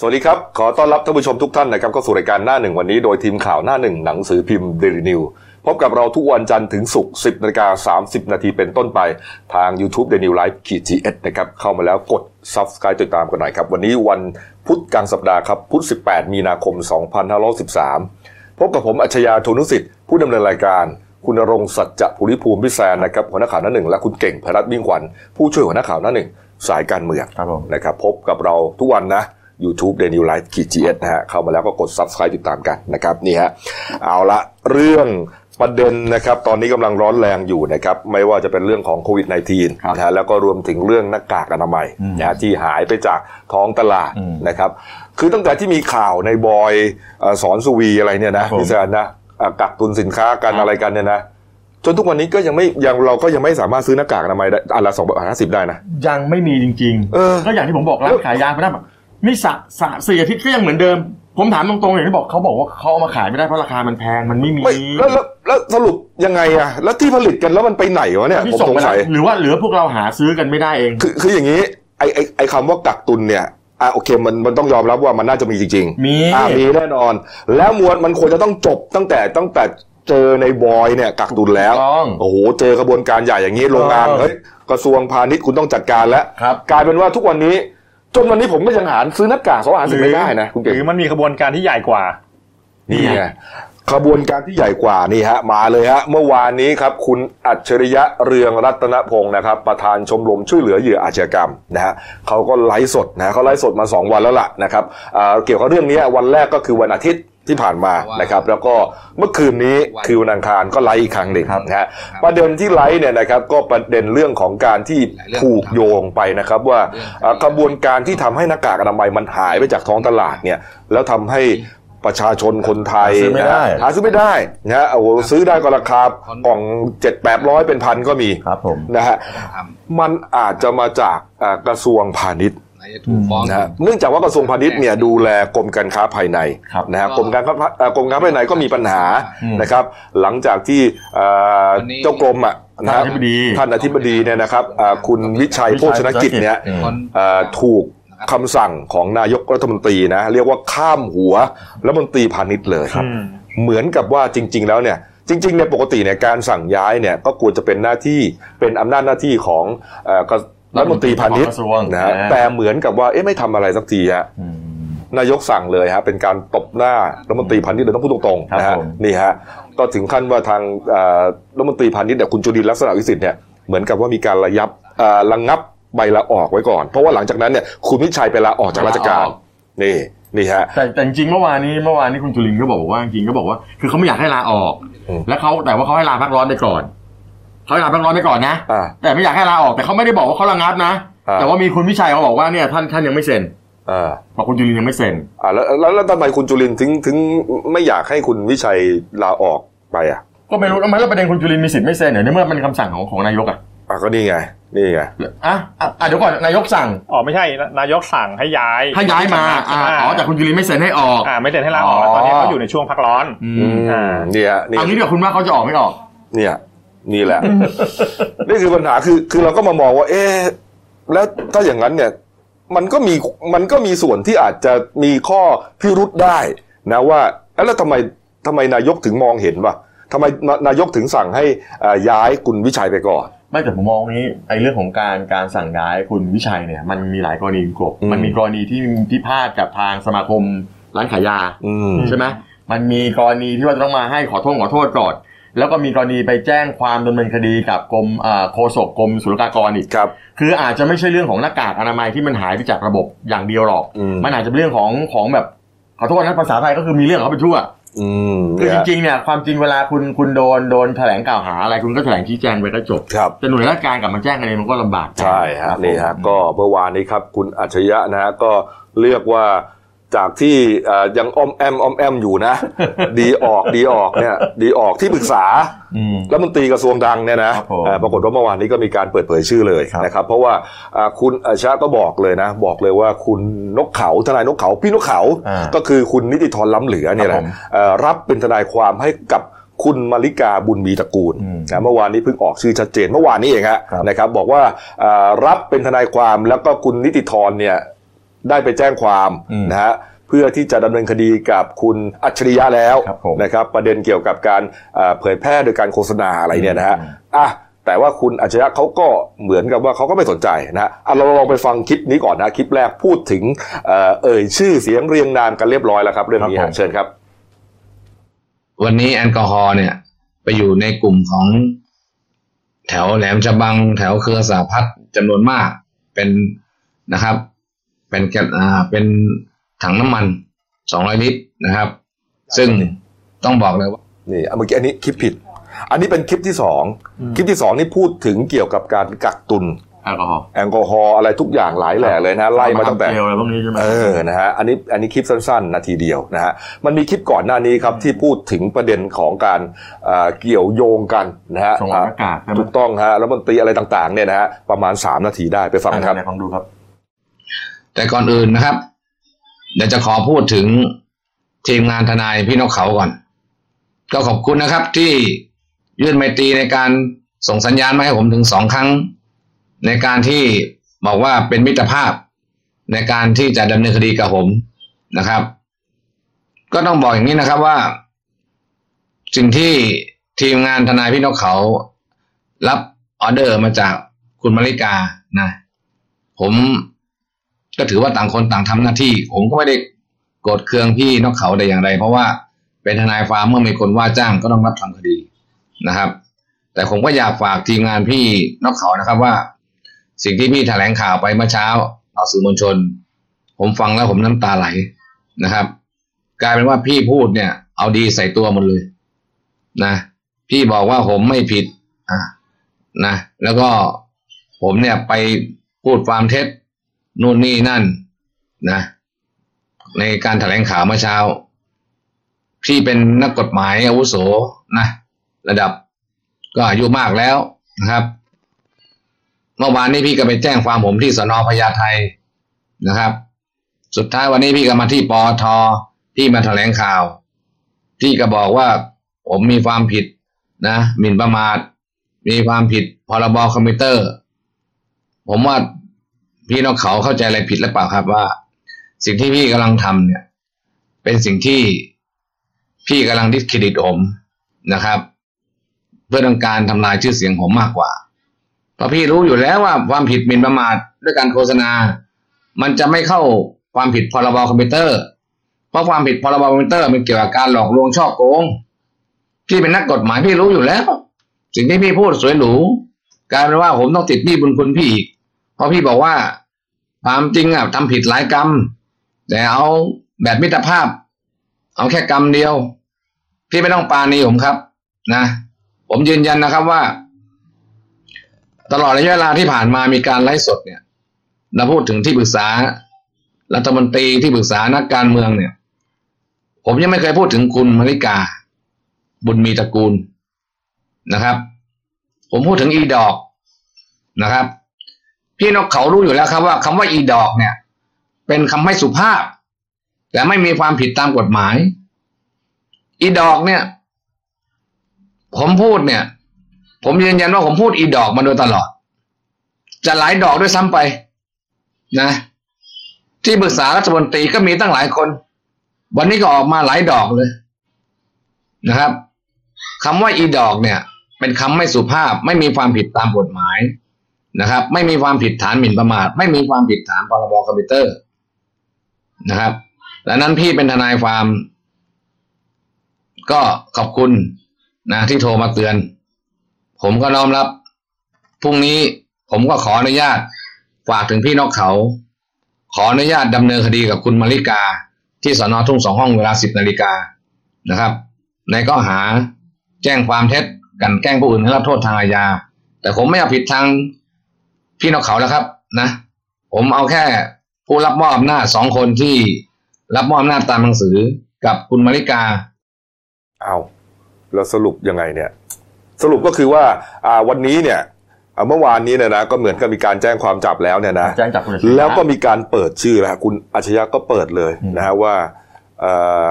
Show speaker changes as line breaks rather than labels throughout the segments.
สวัสดีครับ ขอต้อนรับท่านผู้ชมทุกท่านนะครับเข้าสู่รายการหน้าหนึ่งวันนี้โดยทีมข่าวหน้าหนึ่งหนังสือพิมพ์เดลินิวพบกับเราทุกวันจันทร์ถึงศุกร์10นาฬิกา30 นาทีเป็นต้นไปทาง YouTube The New Life ขีด GS นะครับเข้ามาแล้วกด Subscribe ติดตามกันหน่อยครับ วันนี้วันพุธกลางสัปดาห์ครับ พุธ 18 มีนาคม 2513 พบกับผมอัจฉริยะโทนุสิทธิ์ผู้ดำเนินรายการ คุณณรงค์สัจจะภูริภูมิพิแซนนะครับหัวหน้าข่าวหน้าหนึ่งและคุณเก่งพรัตน์มิ่งขวัญผู้ช่วยหัวหน้าข่าวหน้าหนึ่งสายการเมือง
ครับผม
นะครับพบกับเราทุกวันนะ YouTube d a i l y Life ขีดจีนะฮะเข้ามาแล้วก็กด Subscribe ติดตามกันนะครับนี่ฮะเอาละเรื่องประเด็นนะครับตอนนี้กำลังร้อนแรงอยู่นะครับไม่ว่าจะเป็นเรื่องของโควิด -19 นะฮะแล้วก็รวมถึงเรื่องหน้ากากอนามัยนะฮะที่หายไปจากท้องตลาด
อืม
นะครับคือตั้งแต่ที่มีข่าวในบอยเอ่อสอนสุวีอะไรเนี่ยนะครับ
ผม
พี่แซนนะอ่ะกักตุนสินค้ากันอะไรกันเนี่ยนะจนทุกวันนี้ก็ยังไม่ยังเราก็ยังไม่สามารถซื้อหน้ากากอนามัยได้อันละสองห้าสิบได้นะ
ยังไม่มีจริง
เออ
ก็อย่างที่ผมบอกร้านขายยางไปนั่นแบบนี่สะสะสี่อาทิตย์ก็ยังเหมือนเดิม ผมถามตรงๆอย่างที่บอกเขาบอกว่าเขาเอามาขายไม่ได้เพราะราคามันแพงมันไม่มี
ไม่แล้วแล้วแล้วสรุปยังไงอะแล้วที่ผลิตกันแล้วมันไปไหนวะเนี่ย
ที่
ผม
ส่ง
สง
ไป
สัย
หรือว่าเหลือพวกเราหาซื้อกันไม่ได้เอง
คือคืออย่างนี้ไอไอไอคำว่ากักตุนเนี่ยอ่ะโอเคมันมันต้องยอมรับว่ามันน่าจะมีจริง
มี
อ่ะมีแน่นอน แล้วมวลมันควรจะต้องจบตั้งแต่ตั้งแต่เจอในบอยเนี่ยกักตุนแล้ว
ถูกต้อง
โอ้โหเจอกระบวนการใหญ่อย่างนี้โรงงาน
เออ
เฮ้ยกระทรวงพาณิชย์คุณต้องจัดการแล้ว
ครับ
กลายเป็นว่าทุกวันนี้ จนวันนี้ผมก็ยังหาซื้อหน้ากากสองหาสิบไม่ได้นะคุณ
ห
เก่ง
รือมันมีขบวนการที่ใหญ่กว่า
นี่ไงขบวนการที่ใหญ่กว่านี่ฮะมาเลยฮะเมื่อวานนี้ครับคุณอัจฉริยะเรืองรัตนพงศ์นะครับประธานชมรมช่วยเหลือเหยื่ออาชญากรรมนะฮะเขาก็ไลฟ์สดนะเขาไลฟ์สดมา 2 วันแล้วล่ะนะครับอ่าเกี่ยวกับเรื่องนี้วันแรกก็คือวันอาทิตย์ที่ผ่านมานะครับแล้วก็เมื่อคืนนี้คือวันอังคารก็ไลฟ์อีกครั้งหนึ่งนะฮะประเด็นที่ไลฟ์เนี่ยนะครับก็ประเด็นเรื่องของการที่ผูกโยงไปนะครับว่าอ่ากระบวนการที่ทำให้หน้ากากอนามัยมันหายไปจากท้องตลาดเนี่ยแล้วทำให้ประชาชนคนไทย
หาซื้อไม่ได้
หาซื้อไม่ได้นะฮะโอ้โหซื้อได้ก็ราคากล่องเจ็ดแปดร้อยเป็นพันก็มี
ครับผม
นะฮะ
ต้องท
มันอาจจะมาจากอ่ากระทรวงพาณิชย์
ำไหนจะถูกฟ้อง
นะฮะเนื่องจากว่ากระทรวงพาณิชย์เนี่ยดูแลกรมการค้าภายใน
ครับ
นะฮะ
ก็
กรมการค้าเอ่อกรมการค้าภายในก็มีปัญหา
อืม
นะครับ หลังจากที่เอ่อ
วันนี้
เจ้ากรมอ่ะนะ
ท่าน
ฮะ
อธิบดี
ท่านอธิบดีเนี่ยนะครับอ่าคุณวิชัยโภชนกิจเนี่ย
อืม
คน
เอ่อถูกคำสั่งของนายกรัฐมนตรีนะเรียกว่าข้ามหัวรัฐมนตรีพาณิชย์เลย
อืม
เหมือนกับว่าจริง ๆ แล้วเนี่ยจริงๆเนี่ยปกติเนี่ยการสั่งย้ายเนี่ยก็ควรจะเป็นหน้าที่เป็นอำนาจหน้าที่ของเอ่อกระรัฐมนตรีพาณิชย์
กระทรวง
นะฮะ
อ่า
แต่เหมือนกับว่าเอ๊ะไม่ทำอะไรสักทีฮะ
อืม
นายกสั่งเลยฮะเป็นการตบหน้ารัฐมนตรีพาณิชย์เลยต้องพูดตรง
ครับ
ๆนะฮะ
ผม
นี่ฮะก็ถึงขั้นว่าทางเอ่อรัฐมนตรีพาณิชย์เนี่ยคุณจุลินทร์ลักษณะวิสิทธิ์เนี่ยเหมือนกับว่ามีการระยับเอ่อระงับใบลาออกไว้ก่อน เพราะว่าหลังจากนั้นเนี่ยคุณวิชัยไปลาออกจากราชการนี่นี่ฮะ
แต่แต่จริงๆเมื่อวานนี้เมื่อวานนี้คุณจุลินทร์ก็บอกว่าจริงๆก็บอกว่าคือเขาไม่อยากให้ลาออก
อืม
แล้วเขาแต่ว่าเขาให้ลาพักร้อนไปก่อนเขาให้ลาพักร้อนไปก่อนนะ
อ่า
แต่ไม่อยากให้ลาออกแต่เขาไม่ได้บอกว่าเขาระงับนะ
อ่า
แต่ว่ามีคุณวิชัยเขาบอกว่าเนี่ยท่านท่านยังไม่เซ็น
อ่า
บอกคุณจุลินยังไม่เซ็น
อ่าแล้วแล้วแล้วทำไมคุณจุลินทร์ถึงถึงไม่อยากให้คุณวิชัยลาออกไปอ่ะ
ก็ไม่รู้ทำไมแล้วประเด็นคุณจุลินมีสิทธิ์ไม่เซ็นเนี่ยในเมื่อมันคำสั่งของของนายกอะ
อ่ะก็นี่ไงนี่ไง
อ่ะอ่ะอ่ะเดี๋ยวก่อนนายกสั่ง
อ๋อไม่ใช่นะนายกสั่งให้ย้าย
ให้ย้ายมาอ่ะอ๋อแต่คุณจุลินไม่เซ็นให้ออก
อ่าไม่เซ็นให้ลาออกแล้ว
อ๋อ
ตอนนี้เขาอยู่ในช่วงพักร้อน
อื
อื
ม
ม
อ่า
เนี่ยเนี่ย
เอางี้เดี๋ยวคุณว่าเขาจะออกไม่ออก
เนี่ยนี่แหละ นี่คือปัญหาคือคือเราก็มามองว่า เอ๊ะแล้วถ้าอย่างนั้นเนี่ย มันก็มีมันก็มีส่วนที่อาจจะมีข้อพิรุษได้นะว่าเอ๊ะแล้วทำไมทำไมนายกถึงมองเห็นวะทำไมนายกถึงสั่งให้อ่าย้ายคุณวิชัยไปก่อน
ไม่แต่ผมมองนี้ไอ้เรื่องของการการสั่งย้ายคุณวิชัยเนี่ย มันมีหลายกรณีกบ
อืม
มันมีกรณีที่ที่พาดกับทางสมาคมร้านขายยา
อืม
ใช่ไหมมันมีกรณีที่ว่าจะต้องมาให้ขอโทษขอโทษก่อน แล้วก็มีกรณีไปแจ้งความดำเนินคดีกับกรมเอ่อโฆษกกรมศุลกากรอีก
ครับ
คืออาจจะไม่ใช่เรื่องของหน้ากากอนามัยที่มันหายไปจากระบบอย่างเดียวหรอก
อืม
มันอาจจะเป็นเรื่องของของแบบขอโทษนะภาษาไทยก็คือมีเรื่องของเขาไปทั่ว
อืม
คือ
เนี่ย
จริงๆเนี่ยความจริงเวลาคุณคุณโดนโดนแถลงกล่าวหาอะไรคุณก็แถลงชี้แจงไปก็จบ
ครับ
แต่หน่วยราชการกลับมาแจ้งกันเองมันก็ลำบาก
ใช่ฮะ
ครับผม
นี่ฮะก็เมื่อวานนี้ครับคุณอัจฉริยะนะฮะก็เรียกว่าจากที่เอ่อยังอ้อมแอมอ้อมแอมอยู่นะ ดีออกดีออกเนี่ยดีออกที่ปรึกษารัฐมนตรีกระทรวงดังเนี่ยนะครับ
ผม
เอ่อปรากฏว่าเมื่อวานนี้ก็มีการเปิดเผยชื่อเลย
ครับ
นะครับเพราะว่าอ่าคุณอัจฉริยะก็บอกเลยนะ บอกเลยว่าคุณนกเขาทนายนกเขาพี่นกเขา
อ่า
ก็คือคุณนิติธรล้ำเหลือเนี่ยแห
ครั
ละ
บผม
เอ่อรับเป็นทนายความให้กับคุณมาริกาบุญมีตระกูล
อืม
นะเมื่อวานนี้เพิ่งออกชื่อชัดเจนเมื่อวานนี้เองฮะ
ครับ
นะครับบอกว่าเอ่อรับเป็นทนายความแล้วก็คุณนิติธรเนี่ย ได้ไปแจ้งความ
อืม
นะฮะเพื่อที่จะดำเนินคดีกับคุณอัจฉริยะแล้ว
ครับผม
นะครับประเด็นเกี่ยวกับการเอ่อเผยแพร่โดยการโฆษณาอะไรเนี่ยนะฮะ
อืม
อ่ะแต่ว่าคุณอัจฉริยะเขาก็เหมือนกับว่าเขาก็ไม่สนใจนะฮะอ่ะเราลองไปฟังคลิปนี้ก่อนนะคลิปแรกพูดถึงเอ่อเอ่ยชื่อเสียงเรียงนามกันเรียบร้อยแล้วครับเรื่องนี้
ครับ
ฮะ
ผม
เชิญครับ
วันนี้แอลกอฮอล์เนี่ย ไปอยู่ในกลุ่มของแถวแหลมฉบัง แถวเครือสาพัฒน์จำนวนมากเป็นนะครับ เป็นแกนอ่าเป็นถังน้ำมันสองร้อยลิตรนะครับ ซึ่งต้องบอกเลยว่า
นี่อ่ะเมื่อกี้อันนี้คลิปผิด อันนี้เป็นคลิปที่สองคลิปที่สองนี่พูดถึงเกี่ยวกับการกักตุน
แอลกอฮอล์
แอลกอฮอล์อะไรทุกอย่างหลายแหล่เลยนะไล่มาตั้งแต่
เจลอะไรพวกนี้ใช่ไหม
เออ นะฮะ อันนี้ อันนี้คลิปสั้นๆ นาทีเดียวนะฮะ มันมีคลิปก่อนหน้านี้ครับที่พูดถึงประเด็นของการเอ่อเกี่ยวโยงกันนะฮะ
ส่งออกอากาศใช่ไหม
ถูกต้องฮะ แล้วมันตรีอะไรต่างๆ เนี่ยนะฮะ ประมาณ 3 นาทีได้ไปฟัง
อ่ะ
ครับ
ไหนลองดูครับ
แต่ก่อนอื่นนะครับ เดี๋ยวจะขอพูดถึงทีมงานทนายพี่นกเขาก่อน ก็ขอบคุณนะครับที่ยื่นไมตรีในการส่งสัญญาณมาให้ผมถึงสองครั้ง ในการที่บอกว่าเป็นมิตรภาพ ในการที่จะดำเนินคดีกับผมนะครับ ก็ต้องบอกอย่างนี้นะครับว่า สิ่งที่ทีมงานทนายพี่นกเขา รับออเดอร์มาจากคุณมาริกานะ ผมก็ถือว่าต่างคนต่างทำหน้าที่ ผมก็ไม่ได้โกรธเคืองพี่นกเขาแต่อย่างใดเพราะว่าเป็นทนายความเมื่อมีคนว่าจ้างก็ต้องรับทำคดีนะครับ แต่ผมก็อยากฝากทีมงานพี่นกเขานะครับว่า สิ่งที่พี่แถลงข่าวไปเมื่อเช้าต่อสื่อมวลชน ผมฟังแล้วผมน้ำตาไหลนะครับ กลายเป็นว่าพี่พูดเนี่ย เอาดีใส่ตัวหมดเลยนะ พี่บอกว่าผมไม่ผิดอ่ะ นะแล้วก็ผมเนี่ยไปพูดความเท็จนู่นนี่นั่นนะ ในการถแถลงข่าวเมื่อเช้า พี่เป็นนักกฎหมายอาวุโสนะ ระดับก็อายุมากแล้วนะครับ เมื่อวานนี้พี่ก็ไปแจ้งความผมที่สนพญาไทนะครับ สุดท้ายวันนี้พี่ก็มาที่ปอทที่มาถแถลงข่าว พี่ก็บอกว่าผมมีความผิด นะหมิ่นประมาท มีความผิดพรบอคอมพิวเตอร์ ผมว่าพี่น้องเขาเข้าใจอะไรผิดหรือเปล่าครับว่า สิ่งที่พี่กำลังทำเนี่ย เป็นสิ่งที่พี่กำลังดิสเครดิตผมนะครับ เพื่อต้องการทำลายชื่อเสียงผมมากกว่า เพราะพี่รู้อยู่แล้วว่าความผิดหมิ่นประมาทด้วยการโฆษณา มันจะไม่เข้าความผิดพรบอคอมพิวเตอร์ เพราะความผิดพรบอคอมพิวเตอร์มันเกี่ยวกับการหลอกลวงช่อโกง พี่เป็นนักกฎหมายพี่รู้อยู่แล้ว สิ่งที่พี่พูดสวยหรูกลายเป็นว่าผมต้องติดหนี้บุญคุณพี่อีกเพราะพี่บอกว่าความจริงอ่ะทำผิดหลายกรรม แต่เอาแบบมิตรภาพ เอาแค่กรรมเดียว พี่ไม่ต้องปราณีผมครับ นะ ผมยืนยันนะครับว่า ตลอดระยะเวลาที่ผ่านมามีการไลฟ์สดเนี่ยเราพูดถึงที่ปรึกษา รัฐมนตรีที่ปรึกษานักการเมืองเนี่ย ผมยังไม่เคยพูดถึงคุณมาริกา บุญมีตระกูลนะครับ ผมพูดถึงอีดอกนะครับ พี่นกเขารู้อยู่แล้วครับว่าคำว่าอีดอกเนี่ย เป็นคำไม่สุภาพ แต่ไม่มีความผิดตามกฎหมาย อีดอกเนี่ย ผมพูดเนี่ย ผมยืนยันว่าผมพูดอีดอกมาโดยตลอด จะหลายดอกด้วยซ้ำไปนะ ที่ปรึกษารัฐมนตรีก็มีตั้งหลายคน วันนี้ก็ออกมาหลายดอกเลย นะครับคำว่าอีดอกเนี่ย เป็นคำไม่สุภาพ ไม่มีความผิดตามกฎหมายนะครับ ไม่มีความผิดฐานหมิ่นประมาท ไม่มีความผิดฐานพรบคอมพิวเตอร์นะครับดังนั้นพี่เป็นทนายความ ก็ขอบคุณนะที่โทรมาเตือน ผมก็น้อมรับพรุ่งนี้ผมก็ขออนุญาตฝากถึงพี่นกเขา ขออนุญาตดำเนินคดีกับคุณมาริกา ที่สอนอทุ่งสองห้องเวลาสิบนาฬิกานะครับ ในข้อหาแจ้งความเท็จกลันแกล้งผู้อื่นให้รับโทษทางอาญา แต่ผมไม่เอาผิดทางพี่นกเขาแล้วครับนะ ผมเอาแค่ผู้รับมอบอำนาจสองคนที่รับมอบอำนาจตามหนังสือกับคุณมาริกา
เอาแล้วสรุปยังไงเนี่ย สรุปก็คือว่าอ่าวันนี้เนี่ยอ่าเมื่อวานนี้เนี่ยนะก็เหมือนกับมีการแจ้งความจับแล้วเนี่ยนะ
แจ้งจับคุณอัจฉริยะ
แล้วก็มีการเปิดชื่อแล้วฮะคุณอัจฉริยะก็เปิดเลย
อืม
นะฮะว่าเอ่อ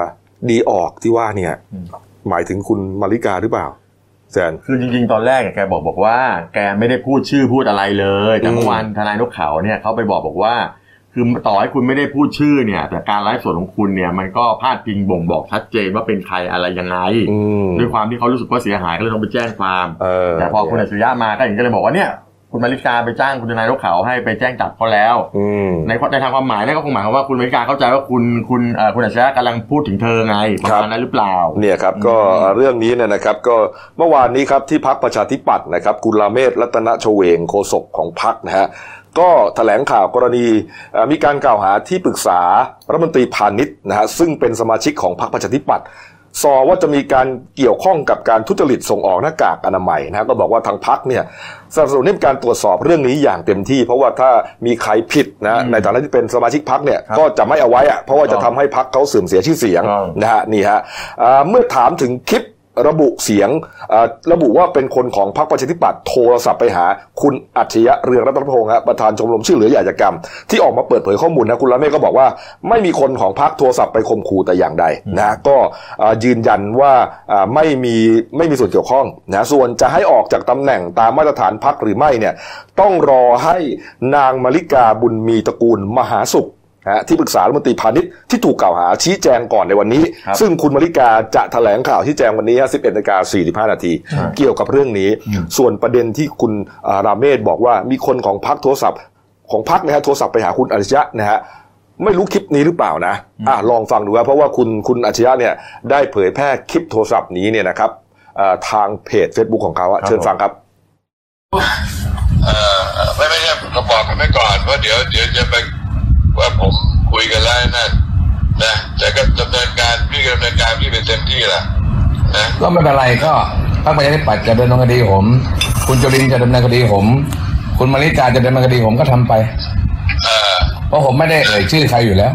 ดีออกที่ว่าเนี่ย
อืม
หมายถึงคุณมาริกาหรือเปล่าแซน
คือจริงๆ ตอนแรกอะแกบอกบอกว่า แกไม่ได้พูดชื่อพูดอะไรเลย แต่เมื่อวานทนายนกเขาเนี่ยเขาไปบอกบอกว่า คือต่อให้คุณไม่ได้พูดชื่อเนี่ย แต่การไลฟ์สดของคุณเนี่ยมันก็พาดพิงบ่งบอกชัดเจนว่าเป็นใครอะไรยังไง
อืม
ด้วยความที่เขารู้สึกว่าเสียหายก็เลยต้องไปแจ้งความ
เออ
แต่พอคุณอัจฉริยะมาก็อย่างก็เลยบอกว่าเนี่ยคุณมาริกาไปจ้างคุณทนายรกเขาวให้ไปแจ้งจับเขาแล้ว
อืม
ในข้อในทางความหมายนั่นก็คงหมายความว่าคุณมาริกาเข้าใจว่าคุณคุณเอ่อคุณอัจฉริยะกำลังพูดถึงเธอไงประ
ครั
มาณ
บ
นั้นหรือเปล่า
เนี่ยครับก็
อืม
เรื่องนี้เนี่ยนะครับก็เมื่อวานนี้ครับที่พักประชาธิปัตย์นะครับกุลาเมศรัตนชเวงโฆษกของพักนะฮะก็แถลงข่าวกรณีเอ่อมีการกล่าวหาที่ปรึกษารัฐมนตรีพาณิชย์นะฮะซึ่งเป็นสมาชิกของพรรคประชาธิปัตย์ซอว่าจะมีการเกี่ยวข้องกับการทุจริตส่งออกหน้ากากอนามัยนะฮะก็บอกว่าทางพักเนี่ยสนับสนุนให้มีการตรวจสอบเรื่องนี้อย่างเต็มที่ เพราะว่าถ้ามีใครผิดนะฮะในฐานะที่เป็นสมาชิกพักเนี่ยก็จะไม่เอาไว้อะเพราะว่าจะทำให้พักเขาเสื่อมเสียชื่อเสียง
ถูกต้อง
นะฮะนี่ฮะอ่าเมื่อถามถึงคลิประบุเสียงอ่าระบุว่าเป็นคนของพรรคประชาธิปัตย์โทรศัพท์ไปหา คุณอัจฉริยะเรืองรัตนพงศ์ฮะประธานชมรมช่วยเหลือเหยาจกรรม ที่ออกมาเปิดเผยข้อมูลนะคุณละเมฆก็บอกว่า ไม่มีคนของพรรคโทรศัพท์ไปข่มขู่แต่อย่างใดนะฮะก็อ่ายืนยันว่าอ่าไม่มีไม่มีส่วนเกี่ยวข้องนะส่วนจะให้ออกจากตำแหน่งตามมาตรฐานพรรคหรือไม่เนี่ยต้องรอให้นางมาริกาบุญมีตระกูลมหาสุข นะฮะที่ปรึกษารัฐมนตรีพาณิชย์ที่ถูกกล่าวหาชี้แจงก่อนในวันนี้
ครับ
ซึ่งคุณมริกาจะแถลงข่าวชี้แจงวันนี้ฮะ11นาฬิกา45 นาที เกี่ยวกับเรื่องนี้ ส่วนประเด็นที่คุณอ่าราเมศบอกว่ามีคนของพักโทรศัพท์ ของพักนะฮะโทรศัพท์ไปหาคุณอริยะนะฮะไม่รู้คลิปนี้หรือเปล่านะอ่ะลองฟังดูว่าเพราะว่าคุณคุณอาชยะเนี่ยได้เผยแพร่คลิปโทรศัพท์นี้เนี่ยนะครับอ่าทางเพจ Facebook ของเขาอะเชิญฟังครับ
เอ่อไม่ไม่ใช่เราบอกกันไว้ก่อนว่าเดี๋ยวเดี๋ยวจะไปว่าผมคุยกันแล้วนั่นนะแต่ก็ดำเนินการพี่ก็ดำเนินการพี่เป็นเต็มที่แหละนะ
ก็ไม่เป็นไรก็พรรคประชาธิปัตย์จะดำเนินคดีผม คุณจุลินทร์จะดำเนินคดีผม คุณมาริกาจะดำเนินคดีผมก็ทำไป
เอ่อ
เพราะผมไม่ได้เอ่ยชื่อใครอยู่แล้ว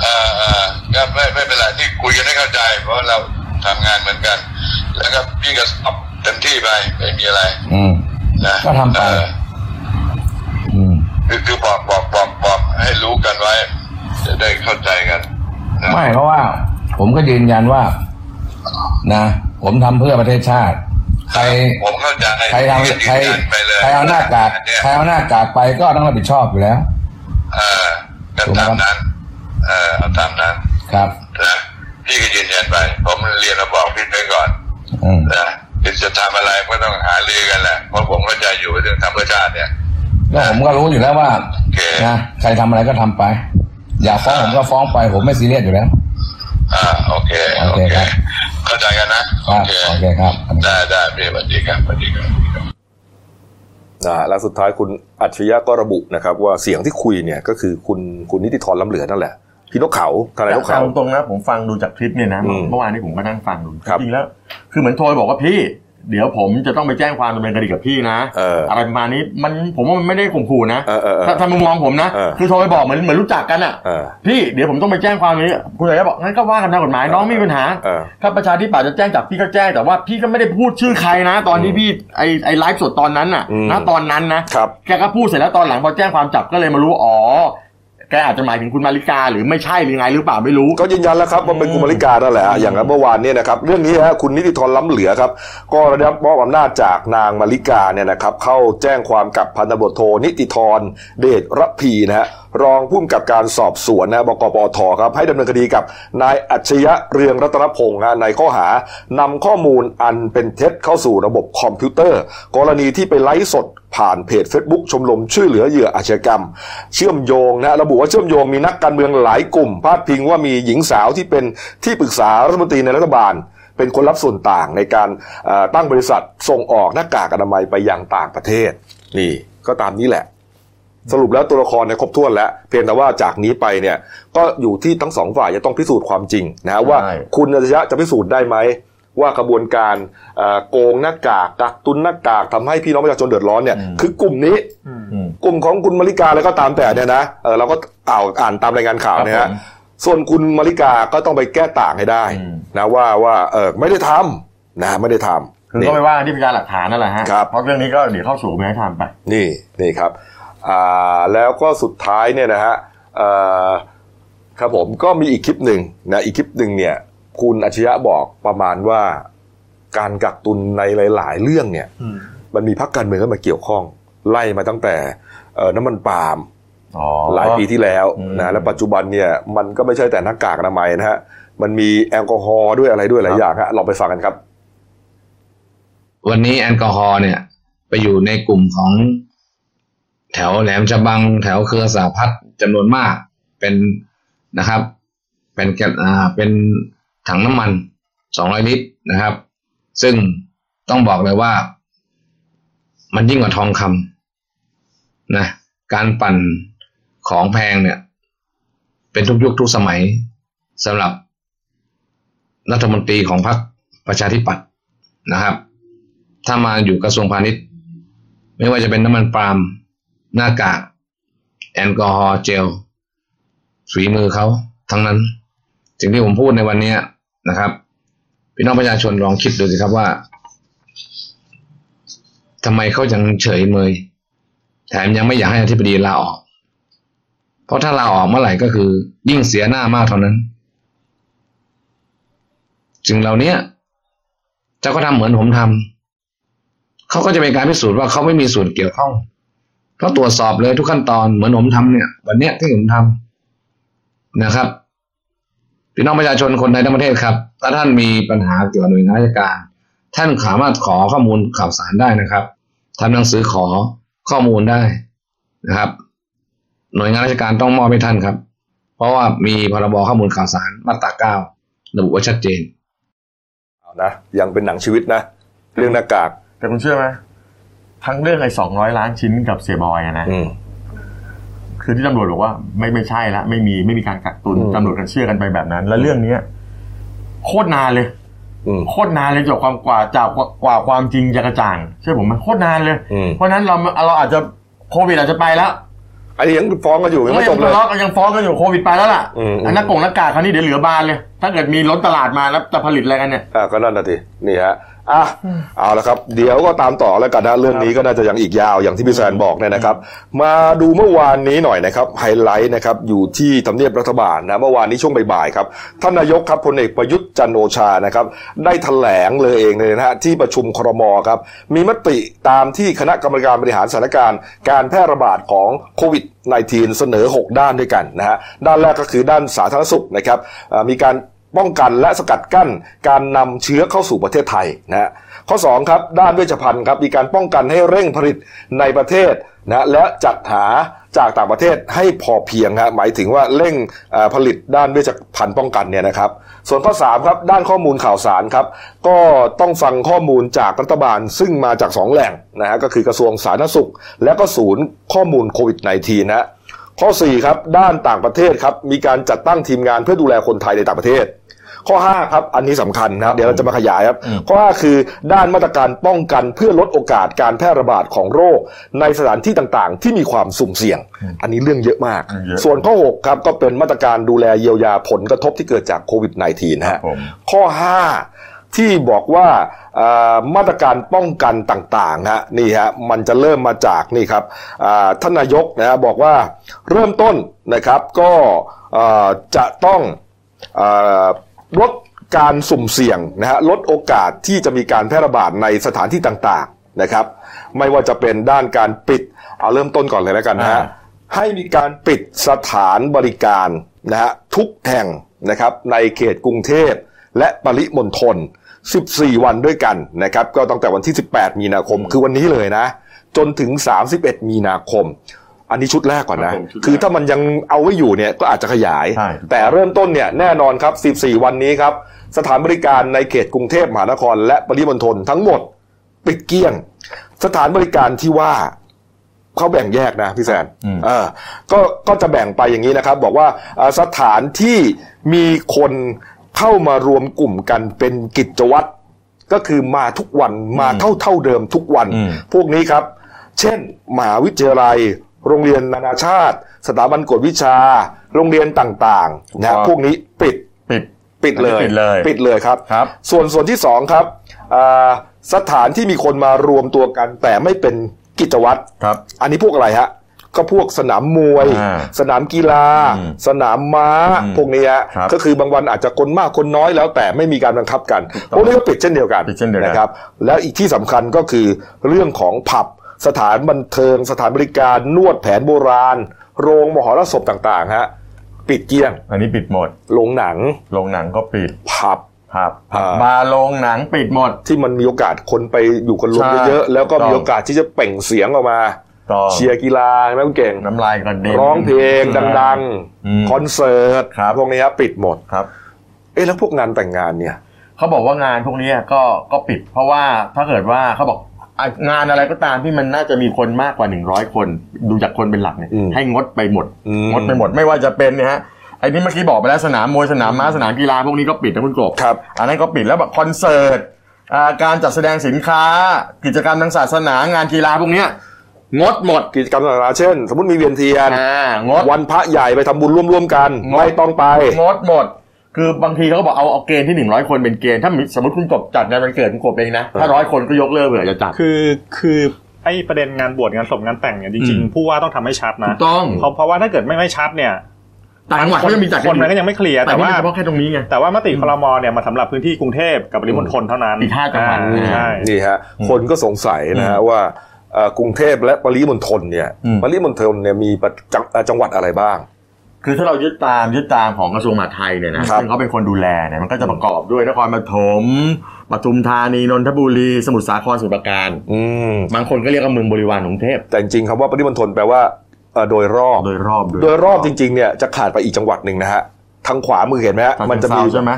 เอ่อเอ่อก็ไม่ไม่เป็นไรที่คุยกันให้เข้าใจ เพราะเราทำงานเหมือนกัน แล้วก็พี่ก็ตอบเต็มที่ไปไม่มีอะไร
อืม
นะ
ก็ทำไป
เอ่อ
อืม
คือคือบอกบอกบอกบอกให้รู้กันไว้ จะได้เข้าใจกันนะ
ไม่เพราะว่า ผมก็ยืนยันว่า นะ ผมทำเพื่อประเทศชาติ ใคร
ผมเข้าใจ
ใครทำใคร
ยืนยันไปเลย
ใครเอาหน้ากาก
เนี่ย
ใครเอาหน้ากากไปก็ต้องรับผิดชอบอยู่แล้ว
เออก็ตามนั้น เออเอาตามนั้น
ครับ
นะพี่ก็ยืนยันไป ผมเรียนมาบอกพี่ไปก่อน
อืม
นะพี่จะทำอะไรก็ต้องหารือกันแหละ เพราะผมเข้าใจอยู่เรื่องธรรมชาติเนี่ย
ก็ผมก็รู้อยู่แล้วว่า
โอเค
นะใครทำอะไรก็ทำไป อยากฟ้องผมก็ฟ้องไป ผมไม่ซีเรียสอยู่แล้ว
อ่าโอเค
โอ
โอ
เค
เค
ครับ
เข้าใจกันนะ
ค
โอ
รับ
เค
โอเคครับ
ได้ได้พี่สวัสดีครับสวัสดีครับ
นะฮะและสุดท้ายคุณอัจฉริยะก็ระบุนะครับว่าเสียงที่คุยเนี่ยก็คือคุณคุณนิติธรล้ำเหลือนั่นแหละ พี่นกเขาทนายนกเขา
ตรงๆนะผมฟังดูจากคลิปเนี่ยนะ
อืม
เมื่อวานนี้ผมก็นั่งฟังดู
ครับ
จริงๆแล้วคือเหมือนโทรบอกว่าพี่ เดี๋ยวผมจะต้องไปแจ้งความดำเนินคดีกับพี่นะ
เอออ
ไรประมาณนี้มันผมว่ามันไม่ได้ข่มขู่นะ
เออเออเออ
ถ้าถ้ามุมมองผมนะ
เออ
คือโทรไปบอกเหมือนเหมือนรู้จักกันอ่ะ
เออ
พี่เดี๋ยวผมต้องไปแจ้งความนี้คุณอาจจะบอกงั้นก็ว่ากันตามกฎหมายน้องไม่มีปัญหา
เออ
ถ้าประชาธิปัตย์จะแจ้งจับพี่ก็แจ้งแต่ว่าพี่ก็ไม่ได้พูดชื่อใครนะ ตอนที่พี่ไอไอไลฟ์สดตอนนั้นน่ะ
อืม
นะตอนนั้นนะครับแกก็พูดเสร็จแล้วตอนหลังพอแจ้งความจับก็เลยมารู้อ๋อแกอาจจะหมายถึงคุณมาริกาหรือไม่ใช่หรือไงหรือเปล่าไม่รู้
ก็ยืนยันแล้วครับว่าเป็นกุมาริกานั่นแหละฮะอย่างเมื่อวานเนี่ยนะครับเรื่องนี้ฮะคุณนิติธรล้ำเหลือครับ ก็ได้รับมอบอำนาจจากนางมาริกาเนี่ยนะครับเข้าแจ้งความกับพันตำรวจโทนิติธรเดชระพีนะฮะรองผู้กำกับการสอบสวนนะบกปอทครับให้ดำเนินคดีกับนายอัจฉริยะเรืองรัตนพงศ์ฮะในข้อหานำข้อมูลอันเป็นเท็จเข้าสู่ระบบคอมพิวเตอร์ กรณีที่ไปไลฟ์สด ผ่านเพจ Facebook ชมรมช่วยเหลือเหยื่ออาชญากรรม เชื่อมโยงนะระบุว่าเชื่อมโยงมีนักการเมืองหลายกลุ่ม พาดพิงว่ามีหญิงสาวที่เป็นที่ปรึกษารัฐมนตรีในรัฐบาล เป็นคนรับส่วนต่างในการเอ่อตั้งบริษัทส่งออกหน้ากากอนามัยไปยังต่างประเทศ นี่ก็ตามนี้แหละ สรุปแล้วตัวละครเนี่ยครบถ้วนแล้ว เพียงแต่ว่าจากนี้ไปเนี่ยก็อยู่ที่ทั้งสองฝ่ายจะต้องพิสูจน์ความจริงนะฮะว่า
ใช่
คุณอัจฉริยะจะพิสูจน์ได้ไหม ว่ากระบวนการเอ่อโกงหน้ากากกักตุนหน้ากากทำให้พี่น้องประชาชนเดือดร้อนเนี่ยคือกลุ่มนี้
อืม
กลุ่มของคุณมาริกาแล้วก็ตามแต่เนี่ยนะเออเราก็อ่าวอ่านตามรายงานข่าวเนี่ย
ครั
ฮะ
บผม
ส่วนคุณมาริกาก็ต้องไปแก้ต่างให้ได้
อืม
นะว่าว่าเออไม่ได้ทำนะไม่ได้ทำ
คือ
นี่
ก็ไม่ว่าที่พยานหลักฐานนั่นแหละฮะ
ครับ
เพราะเรื่องนี้ก็เดี๋ยวเข้าสู่กระบวนการยุติธรรมไป
นี่นี่ครับอ่าแล้วก็สุดท้ายเนี่ยนะฮะเอ่อครับผมก็มีอีกคลิปหนึ่งนะอีกคลิปหนึ่งเนี่ยคุณอัจฉริยะบอกประมาณว่าการกักตุนในหลาย ๆ เรื่องเนี่ย มันมีพรรคการเมืองเข้ามาเกี่ยวข้อง ไล่มาตั้งแต่เอ่อน้ำมันปาล์ม
อ๋อ
หลายปีที่แล้ว
อืม
นะและปัจจุบันเนี่ยมันก็ไม่ใช่แต่หน้ากากอนามัยนะฮะมันมีแอลกอฮอล์ด้วยอะไรด้วยหลาย
ครับ
อย่างฮะลองไปฟังกันครับ
วันนี้แอลกอฮอล์เนี่ย ไปอยู่ในกลุ่มของแถวแหลมฉบัง แถวเครือสาพัฒน์จำนวนมากเป็นนะครับ เป็นแกอ่าเป็นถังน้ำมันสองร้อยลิตรนะครับ ซึ่งต้องบอกเลยว่า มันยิ่งกว่าทองคำนะการปั่นของแพงเนี่ย เป็นทุกยุคทุกสมัยสำหรับรัฐมนตรีของพรรคประชาธิปัตย์นะครับ ถ้ามาอยู่กระทรวงพาณิชย์ ไม่ว่าจะเป็นน้ำมันปาล์มหน้ากากแอลกอฮอล์เจลฝีมือเขาทั้งนั้นสิ่งที่ผมพูดในวันเนี้ยนะครับ พี่น้องประชาชนลองคิดดูสิครับว่าทำไมเขายังเฉยเมย แถมยังไม่อยากให้อธิบดีลาออก เพราะถ้าลาออกเมื่อไหร่ก็คือ ยิ่งเสียหน้ามากเท่านั้นจึงเหล่าเนี้ยเจ้าก็ทำเหมือนผมทำ เขาก็จะเป็นการพิสูจน์ว่าเขาไม่มีส่วนเกี่ยวข้องเขาตรวจสอบเลยทุกขั้นตอนเหมือนผมทำเนี่ย วันเนี้ยที่ผมทำนะครับพี่น้องประชาชนคนไทยทั้งประเทศครับ ถ้าท่านมีปัญหาเกี่ยวกับหน่วยงานราชการ ท่านสามารถขอข้อมูลข่าวสารได้นะครับทำหนังสือขอข้อมูลได้นะครับ หน่วยงานราชการต้องมอบให้ท่านครับ เพราะว่ามีพรบข้อมูลข่าวสารมาตราเก้าระบุไว้ชัดเจน
เอานะยังเป็นหนังชีวิตนะ เรื่องหน้ากาก
แต่คุณเชื่อไหมทั้งเรื่องไอ้สองร้อยล้านชิ้นกับเสียบอยอะนะ
อืม
คือที่ตำรวจบอกว่าไม่ไม่ใช่ละไม่มีไม่มีการกักตุน
อืม
ตำรวจกันเชื่อกันไปแบบนั้น แล้วเรื่องเนี้ยโคตรนานเลย
อืม
โคตรนานเลยจากความกว่าจากกว่าความจริงจะกระจ่างเชื่อผมไหมโคตรนานเลย
อืม
เพราะฉะนั้นเราเราอาจจะโควิดอาจจะไปแล้ว
อันนี้ยังฟ้องกันอยู่ยังไม่จบเลย
ทะเลาะกันยังฟ้องกันอยู่โควิดไปแล้วล่ะ
อืม
นหน้ากงหน้ากากคราวนี้เดี๋ยวเหลือบานเลย ถ้าเกิดมีล้นตลาดมาแล้วจะผลิตอะไรกันเนี่ย
อ่าก็นั่นนะทีนี่ฮะอ่ะเอาละครับ เดี๋ยวก็ตามต่อแล้วกันนะเรื่องนี้ก็น่าจะยังอีกยาวอย่างที่พี่แซนบอกเนี่ยนะครับ มาดูเมื่อวานนี้หน่อยนะครับไฮไลท์นะครับอยู่ที่ทำเนียบรัฐบาลนะเมื่อวานนี้ช่วงบ่ายๆครับท่านนายกครับพลเอกประยุทธ์จันทร์โอชานะครับได้แถลงเลยเองเลยนะฮะที่ประชุมครมครับมีมติตามที่คณะกรรมการบริหารสถานการณ์ การแพร่ระบาดของโควิด -19 เสนอ 6 ด้านด้วยกันนะฮะด้านแรกก็คือด้านสาธารณสุขนะครับอ่ามีการ ป้องกันและสกัดกั้นการนำเชื้อเข้าสู่ประเทศไทยนะฮะข้อ2ครับด้านเวชภัณฑ์ครับมีการป้องกันให้เร่งผลิตในประเทศนะฮะและจัดหาจากต่างประเทศให้พอเพียงฮะหมายถึงว่าเร่งเอ่อผลิตด้านเวชภัณฑ์ป้องกันเนี่ยนะครับ ส่วนข้อ3ครับด้านข้อมูลข่าวสารครับก็ต้องฟังข้อมูลจากรัฐบาลซึ่งมาจากสองแหล่งนะฮะก็คือกระทรวงสาธารณสุข และก็ศูนย์ข้อมูลโควิด -19 นะฮะ ข้อ 4 ครับ ด้านต่างประเทศครับ มีการจัดตั้งทีมงานเพื่อดูแลคนไทยในต่างประเทศ ข้อ 5 ครับ อันนี้สำคัญนะครับ เดี๋ยวเราจะมาขยายครับ ข้อ 5 คือด้านมาตรการป้องกันเพื่อลดโอกาสการแพร่ระบาดของโรค ในสถานที่ต่างๆ ที่มีความสุ่มเสี่ยง อันนี้เรื่องเยอะมาก
อืมเยอะ
ส่วนข้อ 6 ครับ ก็เป็นมาตรการดูแลเยียวยาผลกระทบที่เกิดจากโควิด -19 นะฮะ
ผม
ข้อ 5 ที่บอกว่าเอ่อมาตรการป้องกันต่างๆฮะนี่ฮะมันจะเริ่มมาจากนี่ครับอ่าท่านนายกนะฮะบอกว่าเริ่มต้นนะครับก็เอ่อจะต้องเอ่อลดการสุ่มเสี่ยงนะฮะลดโอกาสที่จะมีการแพร่ระบาดในสถานที่ต่างๆนะครับ ไม่ว่าจะเป็นด้านการปิดเอาเริ่มต้นก่อนเลยแล้วกันนะฮะ
อ่า
ให้มีการปิดสถานบริการนะฮะทุกแห่งนะครับในเขตกรุงเทพและปริมณฑล 14 วันด้วยกันนะครับก็ตั้งแต่วันที่ 18 มีนาคมคือวันนี้เลยนะ จนถึง 31 มีนาคม อันนี้ชุดแรกก่อน
ค
นะ
รับผมชุดแรก
คือถ้ามันยังเอาไว้อยู่เนี่ยก็อาจจะขยาย
ใช่
แต่เริ่มต้นเนี่ยแน่นอนครับ 14 วันนี้ครับ สถานบริการในเขตกรุงเทพมหานคร และปริมณฑลทั้งหมดปิดเกลี้ยง สถานบริการที่ว่าเขาแบ่งแยกนะพี่แซน
อืม
เออก็ก็จะแบ่งไปอย่างนี้นะครับ บอกว่าเอ่อสถานที่มีคนเข้ามารวมกลุ่มกันเป็นกิจวัตรก็คือมาทุกวันมาเท่าเท่าเดิมทุกวัน
อืม
พวกนี้ครับ เช่นมหาวิทยาลัย โรงเรียนนานาชาติ สถาบันกวดวิชา โรงเรียนต่างๆนะ
ถูกต้อง
พวกนี้ปิด
ปิด
ปิดเลย
ปิดเลย
ปิดเลยครับ
ครับ
ส่วนส่วนที่สองครับอ่าสถานที่มีคนมารวมตัวกัน แต่ไม่เป็นกิจวัตร
ครับ
อันนี้พวกอะไรฮะ ก็พวกสนามมวย
อ่า
สนามกีฬา
อืม
สนามม้า
อืม
พวกนี้ฮะ
ครับ
ก็คือบางวันอาจจะคนมากคนน้อยแล้วแต่ไม่มีการบังคับกัน พวกนี้ก็ปิดเช่นเดียวกัน
ปิดเช่นเดียวกัน
ครับ แล้วอีกที่สำคัญก็คือเรื่องของผับ สถานบันเทิง สถานบริการนวดแผนโบราณ โรงมหรสพต่างๆฮะปิดเกลี้ยง
อันนี้ปิดหมด
โรงหนัง
โรงหนังก็ปิด
ผับ
ครับ
อ่า
บาร์โรงหนังปิดหมด
ที่มันมีโอกาสคนไปอยู่กันรวม
ใช่
เยอะๆแล้วก็มี
ต้อง
โอกาสที่จะเปล่งเสียงออกมา
ก็
เชียร์กีฬาใช่ไหมคุณเก่ง
น้ำลายกระเด็น
ร้องเพลงดัง
อืม
ๆ คอนเสิร์ต
ครับ
พวกนี้ครับปิดหมด
ครับ
เอ๊ะแล้วพวกงานแต่งงานเนี่ย
เขาบอกว่างานพวกเนี้ยก็ก็ปิด เพราะว่าถ้าเกิดว่าเขาบอกอ่ะงานอะไรก็ตามที่มันน่าจะมีคนมากกว่า 100 คน ดูจากคนเป็นหลักเนี่ย
อืม
ให้งดไปหมด
อืม
งดไปหมดไม่ว่าจะเป็นเนี่ยฮะไอ้นี่เมื่อกี้บอกไปแล้วสนามมวยสนามม้าสนามกีฬาพวกนี้ก็ปิดนะคุณกบ
ครับ
อันนั้นก็ปิดแล้วแบบคอนเสิร์ตอ่าการจัดแสดงสินค้า กิจกรรมทางศาสนางานกีฬาพวกเนี้ยงดหมด
กิจกรรมต่างๆเช่น สมมติมีเวียนเทียน
อ่างด
วันพระใหญ่ไปทำบุญร่วมๆกัน
งด
ไม่ต้องไป
งดหมด คือบางทีเขาก็บอกเอาเอาเกณฑ์ที่หนึ่งร้อยคนเป็นเกณฑ์ ถ้ามีสมมติคุณกบจัดงานวันเกิดคุณกบเองนะ ถ้าร้อยคนก็ยกเลิกเลยจะจัด
คือคือไอ้ประเด็นงานบวชงานศพงานแต่งเนี่ยจริง
อืม
ๆผู้ว่าต้องทำให้ชัดนะ
ต้อง
เพราะเพราะว่าถ้าเกิดไม่ไม่ชัดเนี่ย
ต่างจังหวัดเขาจะมีจัด
คนมันก็ยังไม่เคลียร์
แต่
แต่
ว่า
ว่า
เฉพาะแค่ตรงนี้ไง
แต่ว่ามติคลมเนี่ยมาสำหรับพื้นที่กรุงเทพกับปริมณฑลเท่านั้น
อีกห้าจังหวัด
อ่าใช่
นี่ฮะ คนก็สงสัยนะฮะว่าเอ่อกรุงเทพและปริมณฑลเนี่ย
อืม
ปริมณฑลเนี่ยมีประจังเอ่อจังหวัดอะไรบ้าง
คือถ้าเรายึดตามยึดตามของกระทรวงมหาดไทยเนี่ยนะครับ ซึ่งเขาเป็นคนดูแลเนี่ยมันก็จะประกอบด้วยนครปฐมปทุมธานีนนทบุรีสมุทรสาครสมุทรปราการ
อืม
บางคนก็เรียกว่าเมืองบริวารของกรุงเทพ
แต่จริงๆคำว่าปริมณฑลแปลว่าเอ่อโดยรอบ
โดยรอบ
โดยรอบจริงๆเนี่ยจะขาดไปอีกจังหวัดหนึ่งนะฮะ ทางขวามือเห็นไหมฮะ
มั
มัน น
จะ
จะ
มี
มี
ใช่ไหม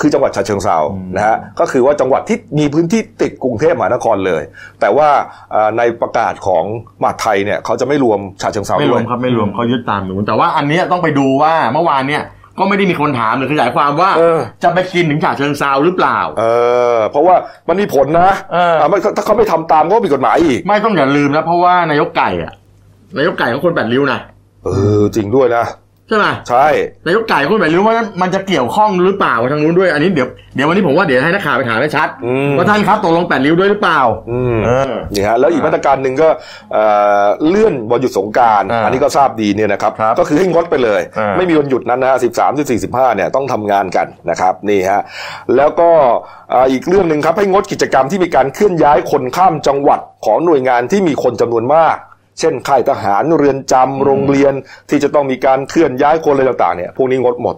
คือจังหวัดฉะเชิงเซา
อืม
นะฮะก็คือว่าจังหวัดที่มีพื้นที่ติดกรุงเทพมหานครเลย แต่ว่าเอ่อในประกาศของมหาดไทยเนี่ยเขาจะไม่รวมฉะเชิงเซา
ไม่ร
ด้
ว
วย
มครับไม่รวมเขายึดตามนู้นแต่ว่าอันเนี้ยต้องไปดูว่าเมื่อวานเนี่ยก็ไม่ได้มีคนถามเลยขยายความว่า
เออ
จะไปกินถึงฉะเชิงเซาหรือเปล่า
เออเพราะว่ามันมีผลนะ
เออ
ะมันถ้าเขาไม่ทำตามก็มีกฎหมายอีก
ไม่ต้องอย่าลืมนะ เพราะว่านายกไก่อะนายกไก่ของคนแปดริ้วนะ
เออจริงด้วยนะ
ใช่ไหม
ใช่
นายกไก่ของคนแปดริ้วว่ามันจะเกี่ยวข้องหรือเปล่าทางนู้นด้วยอันนี้เดี๋ยวเดี๋ยววันนี้ผมว่าเดี๋ยวให้นักข่าวไปถามให้ชัด
อืม
ว่าท่านครับตกลงแปดริ้วด้วยหรือเปล่า
อืม
เออ
นี่ฮะแล้วอีกมาตรการหนึ่งก็เอ่อเลื่อนวันหยุดสงกราร
อ่า
อันนี้ก็ทราบดีเนี่ยนะครับ
ครับ
ก็คือให้งดไปเลย
อ่า
ไม่มีวันหยุดนั้นนะฮะสิบสามสิบสี่สิบห้าเนี่ยต้องทำงานกันนะครับนี่ฮะแล้วก็เอ่ออีกเรื่องหนึ่งครับให้งดกิจกรรมที่มีการเคลื่อนย้ายคนข้ามจังหวัดของหน่วยงานที่มีคนจำนวนมาก เช่นค่ายทหารเรือนจำโรงเรียนที่จะต้องมีการเคลื่อนย้ายคนอะไรต่างๆเนี่ยพวกนี้งดหมด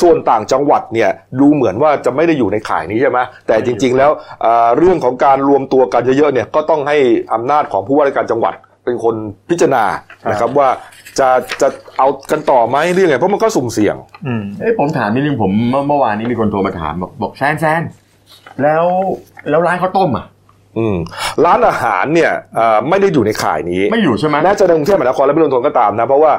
ส่วนต่างจังหวัดเนี่ยดูเหมือนว่าจะไม่ได้อยู่ในข่ายนี้ใช่ไหมแต่จริง ๆ แล้วเอ่อเรื่องของการรวมตัวกันเยอะๆเนี่ยก็ต้องให้อำนาจของผู้ว่าราชการจังหวัดเป็นคนพิจารณานะครับว่าจะจะเอากันต่อไหมเรื่องไงเพราะมันก็สุ่มเสี่ยง
อืม
เอ้ยผมถามนิดนึงผมเมื่อเมื่อวานนี้มีคนโทรมาถามบอกบอกแซนแซนแล้วแล้วร้านข้าวต้มอ่ะ
อืมร้านอาหารเนี่ยเอ่อไม่ได้อยู่ในข่ายนี้
ไม่อยู่ใช่ไหม
แม้จะในกรุงเทพมหานครและปริมณฑลก็ตามนะเพราะว่า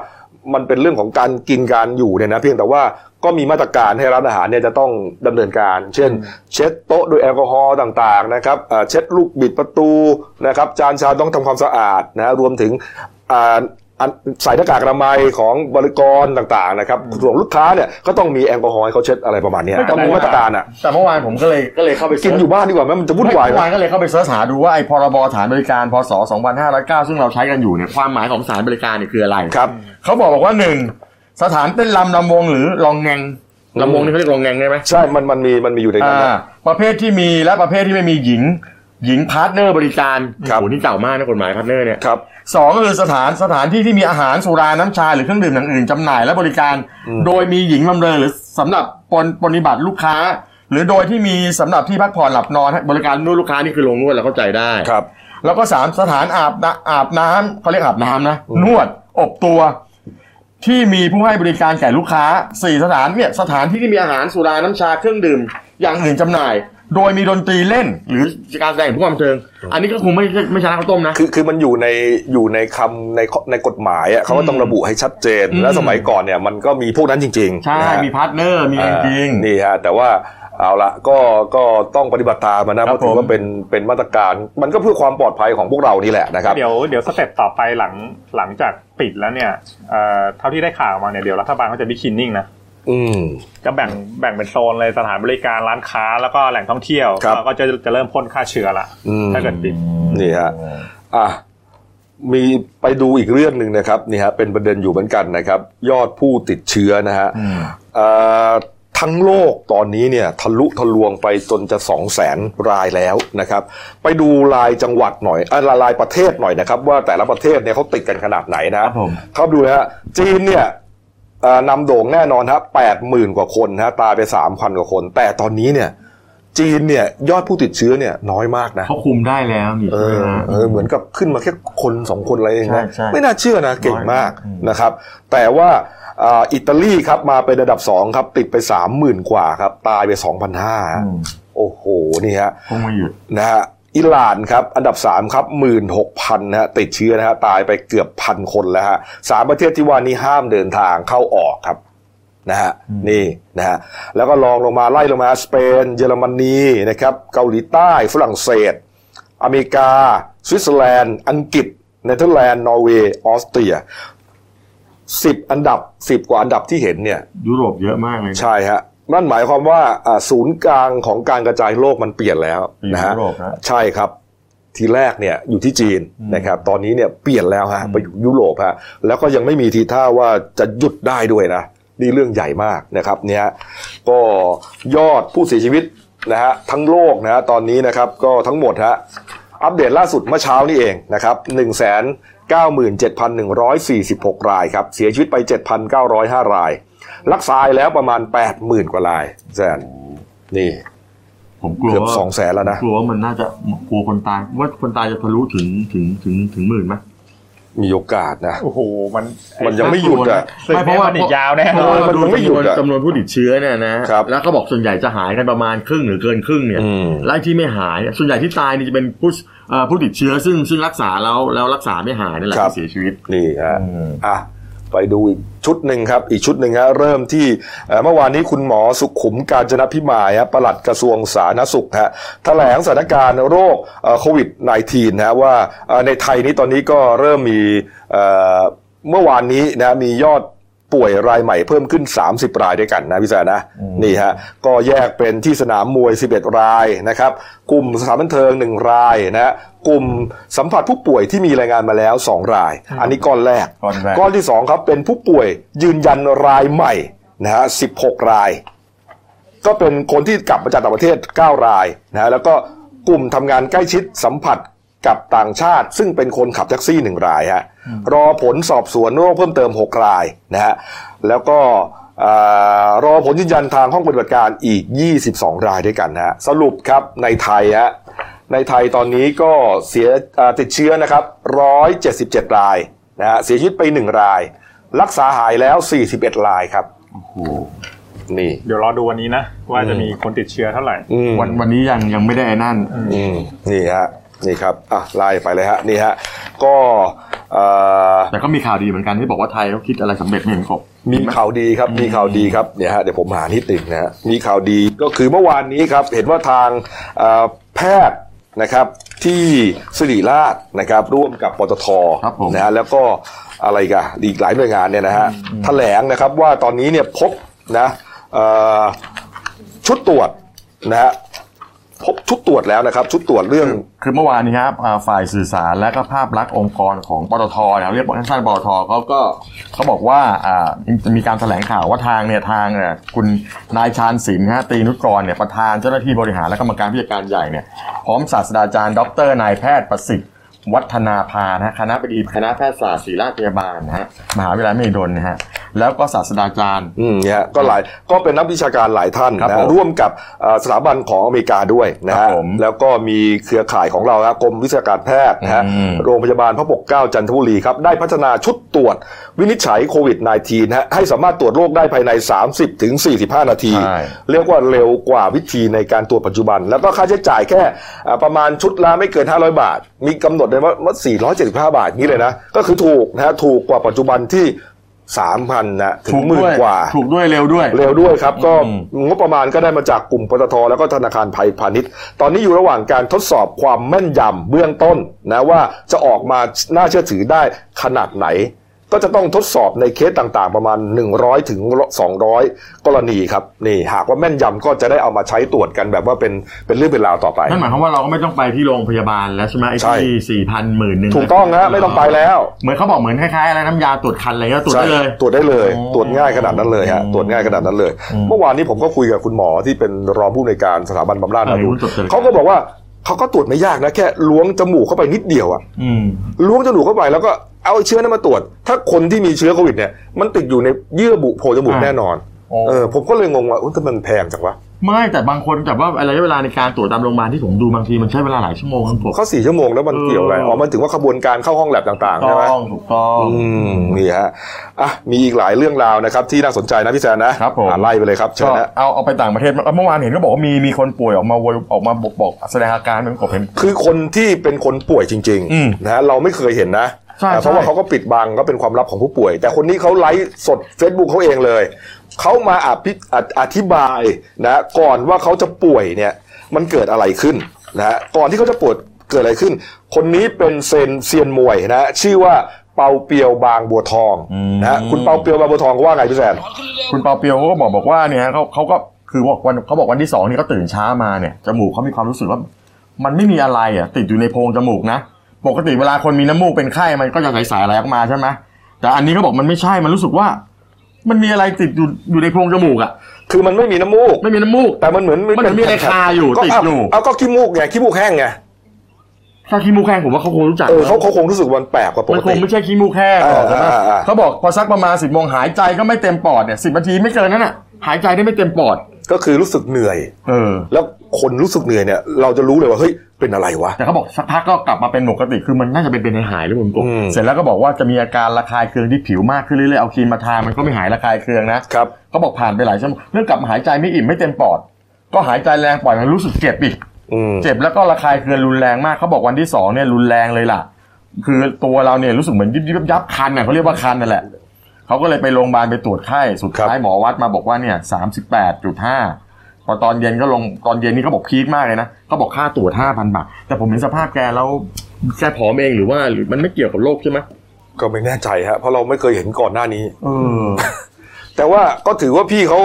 มันเป็นเรื่องของการกินการอยู่เนี่ยนะเพียงแต่ว่าก็มีมาตรการให้ร้านอาหารเนี่ยจะต้องดำเนินการ เช่น เช็ดโต๊ะด้วยแอลกอฮอล์ต่างๆนะครับเอ่อเช็ดลูกบิดประตูนะครับจานชามต้องทำความสะอาดนะฮะรวมถึงอ่าอันใส่หน้ากากอนามัยของบริกรต่างๆนะครับส่วนลูกค้าเนี่ยก็ต้องมีแอลกอฮอล์ให้เขาเช็ดอะไรประมาณเนี้ย
ไม่แต่
ต้องมีมาตรการอ่ะ
แต่เมื่อวานผมก็เลยก็เลยเข้าไป
กิ
เสิ
น
ร์ช
อยู่บ้านดีกว่าไหมมันจะวุ่นวาย
เมื่
ไหม
อวานก็เลยเข้าไปเสิร์ชหาดูว่าไอ้พรบสถานบริการพศ 2509 ซึ่งเราใช้กันอยู่เนี่ยความหมายของสถานบริการเนี่ยคืออะไร
ครับ
เขาบอกบอกว่าหนึ่งสถานเต้นลำลำวงหรือลองแงงลำวงนี่เขาเรียกลองแงงได้ไหม
ใช่มันมันมีมันมีอยู่ในนั้นนะ
อ่าประเภทที่มีและประเภทที่ไม่มีหญิง หญิงพาร์ทเนอร์บริการ
ครับ
โอ้โหนี่เก่ามากนะกฎหมายพาร์ทเนอร์เนี่ย
ครับ
สองก็คือสถานสถานที่ที่มีอาหารสุราน้ำชาหรือเครื่องดื่มอย่างอื่นจำหน่ายและบริการ โดยมีหญิงบำเรอหรือสำหรับปนปฏิบัติลูกค้า หรือโดยที่มีสำหรับที่พักผ่อนหลับนอนให้บริการนวดลูกค้านี่คือลงนวดเราเข้าใจได้
ครับ
แล้วก็สามสถานอาบนำอาบน้ำเขาเรียกอาบน้ำนะ นวดอบตัว ที่มีผู้ให้บริการแก่ลูกค้าสี่สถานเนี่ยสถานที่ที่มีอาหารสุราน้ำชาเครื่องดื่ม อย่างอื่นจำหน่าย โดยมีดนตรีเล่น หรือการแสดงผู้ความบันเทิง อันนี้ก็คงไม่ไม่ไม่ใช่ร้านข้าวต้มนะ
คือคือมันอยู่ในอยู่ในคำในข้อในกฎหมายอะเขาก็ต้องระบุให้ชัดเจน
อืม
และสมัยก่อนเนี่ยมันก็มีพวกนั้นจริงๆ
ใช่
นะฮะ
มีพาร์ทเนอร์มี
อ่า
จริง
นี่ฮะแต่ว่าเอาละก็ก็ต้องปฏิบัติตามอะนะ
ค
เพ
รับ
ราะถือ
ผม
ว่าเป็นเป็นมาตรการมันก็เพื่อความปลอดภัยของพวกเรานี่แหละนะครับ
เดี๋ยวเดี๋ยวสเต็ปต่อไปหลังหลังจากปิดแล้วเนี่ยเอ่อเท่าที่ได้ข่าวมาเนี่ยเดี๋ยวรัฐบาลเขาจะบิ๊กคินนิ่งนะ
อืม
จะแบ่งแบ่งเป็นโซนเลยสถานบริการร้านค้าแล้วก็แหล่งท่องเที่ยว
ครับ
แล้วก็จะจะเริ่มพ่นฆ่าเชื้อละ
อืม
ถ้าเกิดปิด
นี่ฮะ อ่ะ มีไปดูอีกเรื่องหนึ่งนะครับ นี่ฮะ เป็นประเด็นอยู่เหมือนกันนะครับ ยอดผู้ติดเชื้อนะฮะ
อืม
เอ่อ ทั้งโลกตอนนี้เนี่ยทะลุทะลวงไปจนจะ 2 0 0 0 0 0 รายแล้วนะครับ ไปดูรายจังหวัดหน่อยเอ่อรายประเทศหน่อยนะครับ ว่าแต่ละประเทศเนี่ยเขาติดกันขนาดไหนนะครับ
ผม
ครับดูนะฮะจีนเนี่ยเอ่อนำโด่งแน่นอนฮะแปดหมื่นกว่าคนฮะตายไปสามพันกว่าคน แต่ตอนนี้เนี่ยจีนเนี่ยยอดผู้ติดเชื้อเนี่ยน้อยมากนะ
เขาคุมได้แล้วนี่
เอ
ใช่
อ
ไหมฮะ
เออเหมือนกับขึ้นมาแค่คนสองคนอะไรเองนะ
ใช่ใช่
ไม่น่าเชื่อนะเก่งมาก
อืม
นะครับ แต่ว่าอ่าอิตาลีครับมาเป็นระดับสองครับ ติดไปสามหมื่นกว่าครับ ตายไปสองพันห้าม โอ้โห นี่ฮะ
คงไม่หยุด
นะฮะอิหร่านครับ อันดับสามครับหมื่นหกพันนะฮะติดเชื้อนะฮะตายไปเกือบพันคนแล้วฮะสามประเทศที่ว่านี้ห้ามเดินทางเข้าออกครับนะฮะ
อืม
นี่นะฮะแล้วก็ลองลงมาไล่ลงมาสเปน เยอรมนีนะครับเกาหลีใต้ฝรั่งเศส อเมริกา สวิตเซอร์แลนด์ อังกฤษ เนเธอร์แลนด์ นอร์เวย์ ออสเตรียสิบอันดับสิบกว่าอันดับที่เห็นเนี่ย
ยุโรปเยอะมากเลยนะ
ใช่ฮะนั่นหมายความว่าอ่าศูนย์กลางของการกระจายโรคมันเปลี่ยนแล้วนะฮะ
ยุโรปนะ
ใช่ครับ ทีแรกเนี่ยอยู่ที่จีน
อืม
นะครับ ตอนนี้เนี่ยเปลี่ยนแล้วฮะ
อืม
ไปอยู่ยุโรปฮะแล้วก็ยังไม่มีทีท่าว่าจะหยุดได้ด้วยนะนี่เรื่องใหญ่มากนะครับเนี่ยก็ยอดผู้เสียชีวิตนะฮะทั้งโลกนะฮะตอนนี้นะครับก็ทั้งหมดฮะอัปเดตล่าสุดเมื่อเช้านี่เองนะครับ1 9 97,146 รายครับ เสียชีวิตไป 7,905 ราย รักษาแล้วประมาณ 80,000 กว่ารายแซนนี่
ผมกลัว
เกือบ
ว่า
2 0 0 0 0แล้วนะ
กลัวว่ามันน่าจะกลัวคนตายว่าคนตายจะทะลุถึงถึงถึงถึงหมื่นไหม
มีโอกาสนะ
โอ้โห มัน
มันยังไม่หยุดอะ
สึก
ไม่เพ
เพราะ
ราะ
ว่า
ว่า
อีกยาวแน่
เพ
น
ราะ
อน
ว่า
มัน
ดู
มันไม่หยุดอะ
จำนวนผู้ติดเชื้อเนี่ยนะครับ แล้วเขาบอกส่วนใหญ่จะหายกันประมาณครึ่งหรือเกินครึ่งเนี่ย
อืม
ไล่ที่ไม่หายเนี่ยส่วนใหญ่ที่ตายเนี่ยจะเป็นผู้เอ่อผู้ติดเชื้อซึ่งซึ่งรักษาแล้วแล้วรักษาไม่หายนั่นแหละ
ครับ
ที่เสียชีวิต
นี่ฮะอ่ะไปดูอีกชุดหนึ่งครับ อีกชุดหนึ่งฮะเริ่มที่เอ่อเมื่อวานนี้คุณหมอสุขุมการจนพิมายฮะปลัดกระทรวงสาธารณสุขฮะแถลงสถานการณ์โรคเอ่อโควิด -19 นะฮะว่าเอ่อในไทยนี้ตอนนี้ก็เริ่มมีเอ่อเมื่อวานนี้นะมียอดป่วยรายใหม่เพิ่มขึ้น 30 รายด้วยกันนะพี่แซนนะนี่ฮะก็แยกเป็นที่สนามมวย 11 รายนะครับกลุ่มสถานบันเทิง 1 รายนะฮะกลุ่มสัมผัสผู้ป่วยที่มีรายงานมาแล้ว 2 ราย อันนี้ก้อนแรก
ก้อนแรก
ก้อนที่ 2 ครับเป็นผู้ป่วยยืนยันรายใหม่นะฮะ16 ราย ก็เป็นคนที่กลับมาจากต่างประเทศ 9 รายนะฮะแล้วก็กลุ่มทำงานใกล้ชิดสัมผัสกับต่างชาติ ซึ่งเป็นคนขับแท็กซี่ 1 รายฮะรอผลสอบสวนโรคเพิ่มเติม 6 รายนะฮะแล้วก็เอ่อรอผลยืนยันทางห้องปฏิบัติการอีก 22 รายด้วยกันนะฮะสรุปครับในไทยฮะในไทยตอนนี้ก็เสียเอ่อติดเชื้อนะครับ 177 รายนะฮะเสียชีวิตไป 1 ราย รักษาหายแล้ว 41 รายครับนี่
เดี๋ยวรอดูวันนี้นะ ว่าจะมีคนติดเชื้อเท่าไหร่
อืม
วันวันนี้ยังยังไม่ได้ไอ้นั่น
อืมนี่ฮะนี่ครับอ่ะไล่ไปเลยฮะนี่ฮะก็เอ่อ
แต่ก็มีข่าวดีเหมือนกันที่บอกว่าไทยเขาคิดอะไรสำเร็จไม่เห็นครบ
มีข่าวดีครับมีข่าวดีครับเนี่ยฮะเดี๋ยวผมหานิดหนึ่งนะฮะมีข่าวดีก็คือเมื่อวานนี้ครับ เห็นว่าทางเอ่อแพทย์นะครับที่สิริราชนะครับร่วมกับปตท
ครับผม
นะฮะแล้วก็อะไรอีกันอีกหลายหน่วยงานเนี่ยนะฮะแถลงนะครับว่าตอนนี้เนี่ยพบนะเอ่อชุดตรวจนะฮะพบชุดตรวจแล้วนะครับ ชุดตรวจเรื่อง
คือเมื่อวานนี้ครับอ่าฝ่ายสื่อสารและก็ภาพลักษณ์องค์กรของปตทนะครับเรียกว่าท่านๆปตทเขาก็เขาบอกว่าอ่ามีการแถลงข่าวว่าทางเนี่ยทางเนี่ยคุณนายชาญศิลป์ฮะตรีนุชกรเนี่ยประธานเจ้าหน้าที่บริหารและกรรมการผู้จัดการใหญ่เนี่ยพร้อมศาสตราจารย์ดอกเตอรนายแพทย์ประสิทธิ์ วัฒนาพานะฮะคณะบดีคณะแพทยศาสตร์ศิริราชพยาบาลนะฮะมหาวิทยาลัยมหิดลนะฮะแล้วก็ศาสตราจารย์
อืมเนี่ยฮะก็หลายก็เป็นนักวิชาการหลายท่าน
ครับ
นะ
ผ
ฮะ
ม
ร่วมกับเอ่อสถาบันของอเมริกาด้วยนะ
ครั
ฮะ
บผม
แล้วก็มีเครือข่ายของเราครับกรมวิชาการแพทย์นะฮะ
อืม
โรงพยาบาลพระปกเกล้าจันทบุรีครับ ได้พัฒนาชุดตรวจวินิจฉัยโควิด -19 ฮะให้สามารถตรวจโรคได้ภายใน 30 ถึง 45 นาที
ใช่
เรียกว่าเร็วกว่าวิธีในการตรวจปัจจุบัน แล้วก็ค่าใช้จ่ายแค่อ่าประมาณชุดละไม่เกิน 500 บาท มีกำหนดเลยว่าว่า475 บาทนี้เลยนะก็คือถูกนะฮะถูกกว่าปัจจุบันที่3,000นะถึงหมื่น
ด้วย
กว่า
ถูกด้วยเร็วด้วย
เร็วด้วยครับ ก็
อืม
งบประมาณก็ได้มาจากกลุ่มปตทแล้วก็ธนาคารไทยพาณิชย์ ตอนนี้อยู่ระหว่างการทดสอบความแม่นยำเบื้องต้นนะว่าจะออกมาน่าเชื่อถือได้ขนาดไหน ก็จะต้องทดสอบในเคสต่างๆ ประมาณ 100ถึง200 กรณีครับนี่หากว่าแม่นยำก็จะได้เอามาใช้ตรวจกันแบบว่าเป็นเป็นเรื่องเป็นราวต่อไป
นั่นหมายความว่าเราก็ไม่ต้องไปที่โรงพยาบาลแล้วใช่ไหมไอ้
ใช่
ที่สี่พันหมื่นหนึ่ง
ถูกต้องฮะไม่ต้องไปแล้ว
เหมือนเขาบอกเหมือนคล้ายๆอะไรน้ำยาตรวจคันอะไรก็ตรวจได้เลย
ใช่ตรวจได้เลย
อ๋อ
ตรวจง่ายขนาดนั้นเลยฮะ
อืม
ตรวจง่ายขนาดนั้นเลย
อืม
เมื่อวานนี้ผมก็คุยกับคุณหมอที่เป็นรองผู้อำนวยการสถาบันบำราศ
เออ
นาดู
รู้สึกจะ
เขาก็บอกว่าเขาก็ตรวจไม่ยากนะ แค่ล้วงจมูกเข้าไปนิดเดียวอะ
อืม
ล้วงจมูกเข้าไปแล้วก็เอาเชื้อนั้นมาตรวจ ถ้าคนที่มีเชื้อโควิดเนี่ยมันติดอยู่ในเยื่อบุโพรงจมูก
อ่า
แน่นอน
โอ้
เออผมก็เลยงงว่าอุ๊ยทำไมมันแพงจังวะ
ไม่แต่บางคนแต่ว่าระยะเวลาในการตรวจตามโรงพยาบาลที่ผมดูบางทีมันใช้เวลาหลายชั่วโมงครับผม
เขาสี่ชั่วโมงแล้วมันเกี่ยวอะไร
เอออ๋
อ๋อมันถึงว่าขบวนการเข้าห้องแลบต่างๆ
ถูก
ใช่ไหม
ต้องถูกต้อง
อืมนี่ฮะอ่ะมีอีกหลายเรื่องราวนะครับ ที่น่าสนใจนะพี่แซนนะครับ
ผม
อ่ะไล่ไปเลยครับเชิ
ก็
ญนะ
เอาเอาไปต่างประเทศเมื่อวานเห็นก็บอกว่ามีมีคนป่วยออกมาโวยออกมาบอกบอกแสดงอาการเหมือนกบเห็น
คือคนที่เป็นคนป่วยจริง
อืม
นะฮะเราไม่เคยเห็นนะ
ใช่
แต่เพราะ
ใช่
ว่าเขาก็ปิดบังก็เป็นความลับของผู้ป่วย แต่คนนี้เขาไลฟ์สด Facebook เขาเองเลย เขามาอภิออธิบายนะก่อนว่าเขาจะป่วยเนี่ยมันเกิดอะไรขึ้นนะฮะก่อนที่เขาจะป่วยเกิดอะไรขึ้น คนนี้เป็นเซนเซียนมวยนะฮะชื่อว่าเปาเปียวบางบัวทองนะฮะคุณเปาเปียวบางบัวทองว่าไงพี่แซน
คุณเปาเปียวเขาก็บอกบอกว่าเนี่ยฮะเขาเขาก็คือบอกวันเขาบอกวันที่สองนี่เขาตื่นเช้ามาเนี่ยจมูกเขามีความรู้สึกว่า มันไม่มีอะไรอ่ะติดอยู่ในโพรงจมูกนะ ปกติเวลาคนมีน้ำมูกเป็นไข้มันก็จะใสๆอะไรออกมาใช่ไหมแต่อันนี้เขาบอกมันไม่ใช่มันรู้สึกว่า มันมีอะไรติดอยู่อยู่ในโพรงจมูกอ่ะ
คือมันไม่มีน้ำมูก
ไม่มีน้ำมูก
แต่มันเหมือน
มันเหมือนมีอะไรคาอยู่
ก็
ติดอยู่
เอาก็ขี้มูกไงขี้มูกแห้งไง
ถ้าขี้มูกแห้งผมว่าเขาคงรู้จัก
เออ
นะ
เขาเขาคงรู้สึกวันแปลกกว่าป
มั
ก
นค
ติ
งไม่ใช่ขี้มูกแห้งหรอ
เออ
กใช่ไหม
เออเออ
เขาบอกพอสักประมาณสิบโมงหายใจก็ไม่เต็มปอดเนี่ยสิบนาทีไม่เกินนั้นอ่ะ หายใจได้ไม่เต็มปอด
ก็คือรู้สึกเหนื่อย
เออ
แล้วคนรู้สึกเหนื่อยเนี่ยเราจะรู้เลยว่าเฮ้ยเป็นอะไรวะ
แต่เขาบอกสักพักก็กลับมาเป็นปกติคือมันน่าจะเป็นเป็นในหายหรือเปล่าผมก
อืม
เสร็จแล้วก็บอกว่าจะมีอาการระคายเคืองที่ผิวมากขึ้นเรื่อยๆเอาครีมมาทามันก็ไม่หายระคายเคืองนะครับ เขาบอกผ่านไปหลายชั่วโมงเรื่องกลับมาหายใจไม่อิ่มไม่เต็มปอด ก็หายใจแรงปล่อยมันรู้สึกเจ็บอีก
อืม
เจ็บแล้วก็ระคายเคืองรุนแรงมากเขาบอกวันที่สองเนี่ยรุนแรงเลยล่ะ คือตัวเราเนี่ยรู้สึกเหมือนยิบยิบยับยับคันน่ะเขาเรียกว่าคันนั่นแหละเขาก็เลยไปโรงพยาบาลไปตรวจไข้สุดท้ายหมอวัดมาบอกว่าเนี่ยสามสิบแปดจุดห้าพอตอนเย็นก็ลงตอนเย็นนี่เขาบอกพีคมากเลยนะเขาบอกค่าตรวจห้าพันบาท แต่ผมเห็นสภาพแกแล้วแกผอมเองหรือว่าหรือมันไม่เกี่ยวกับโรคใช่ไหม
ก็ไม่แน่ใจฮะเพราะเราไม่เคยเห็นก่อนหน้านี้
เออ
แต่ว่าก็ถือว่าพี่เขา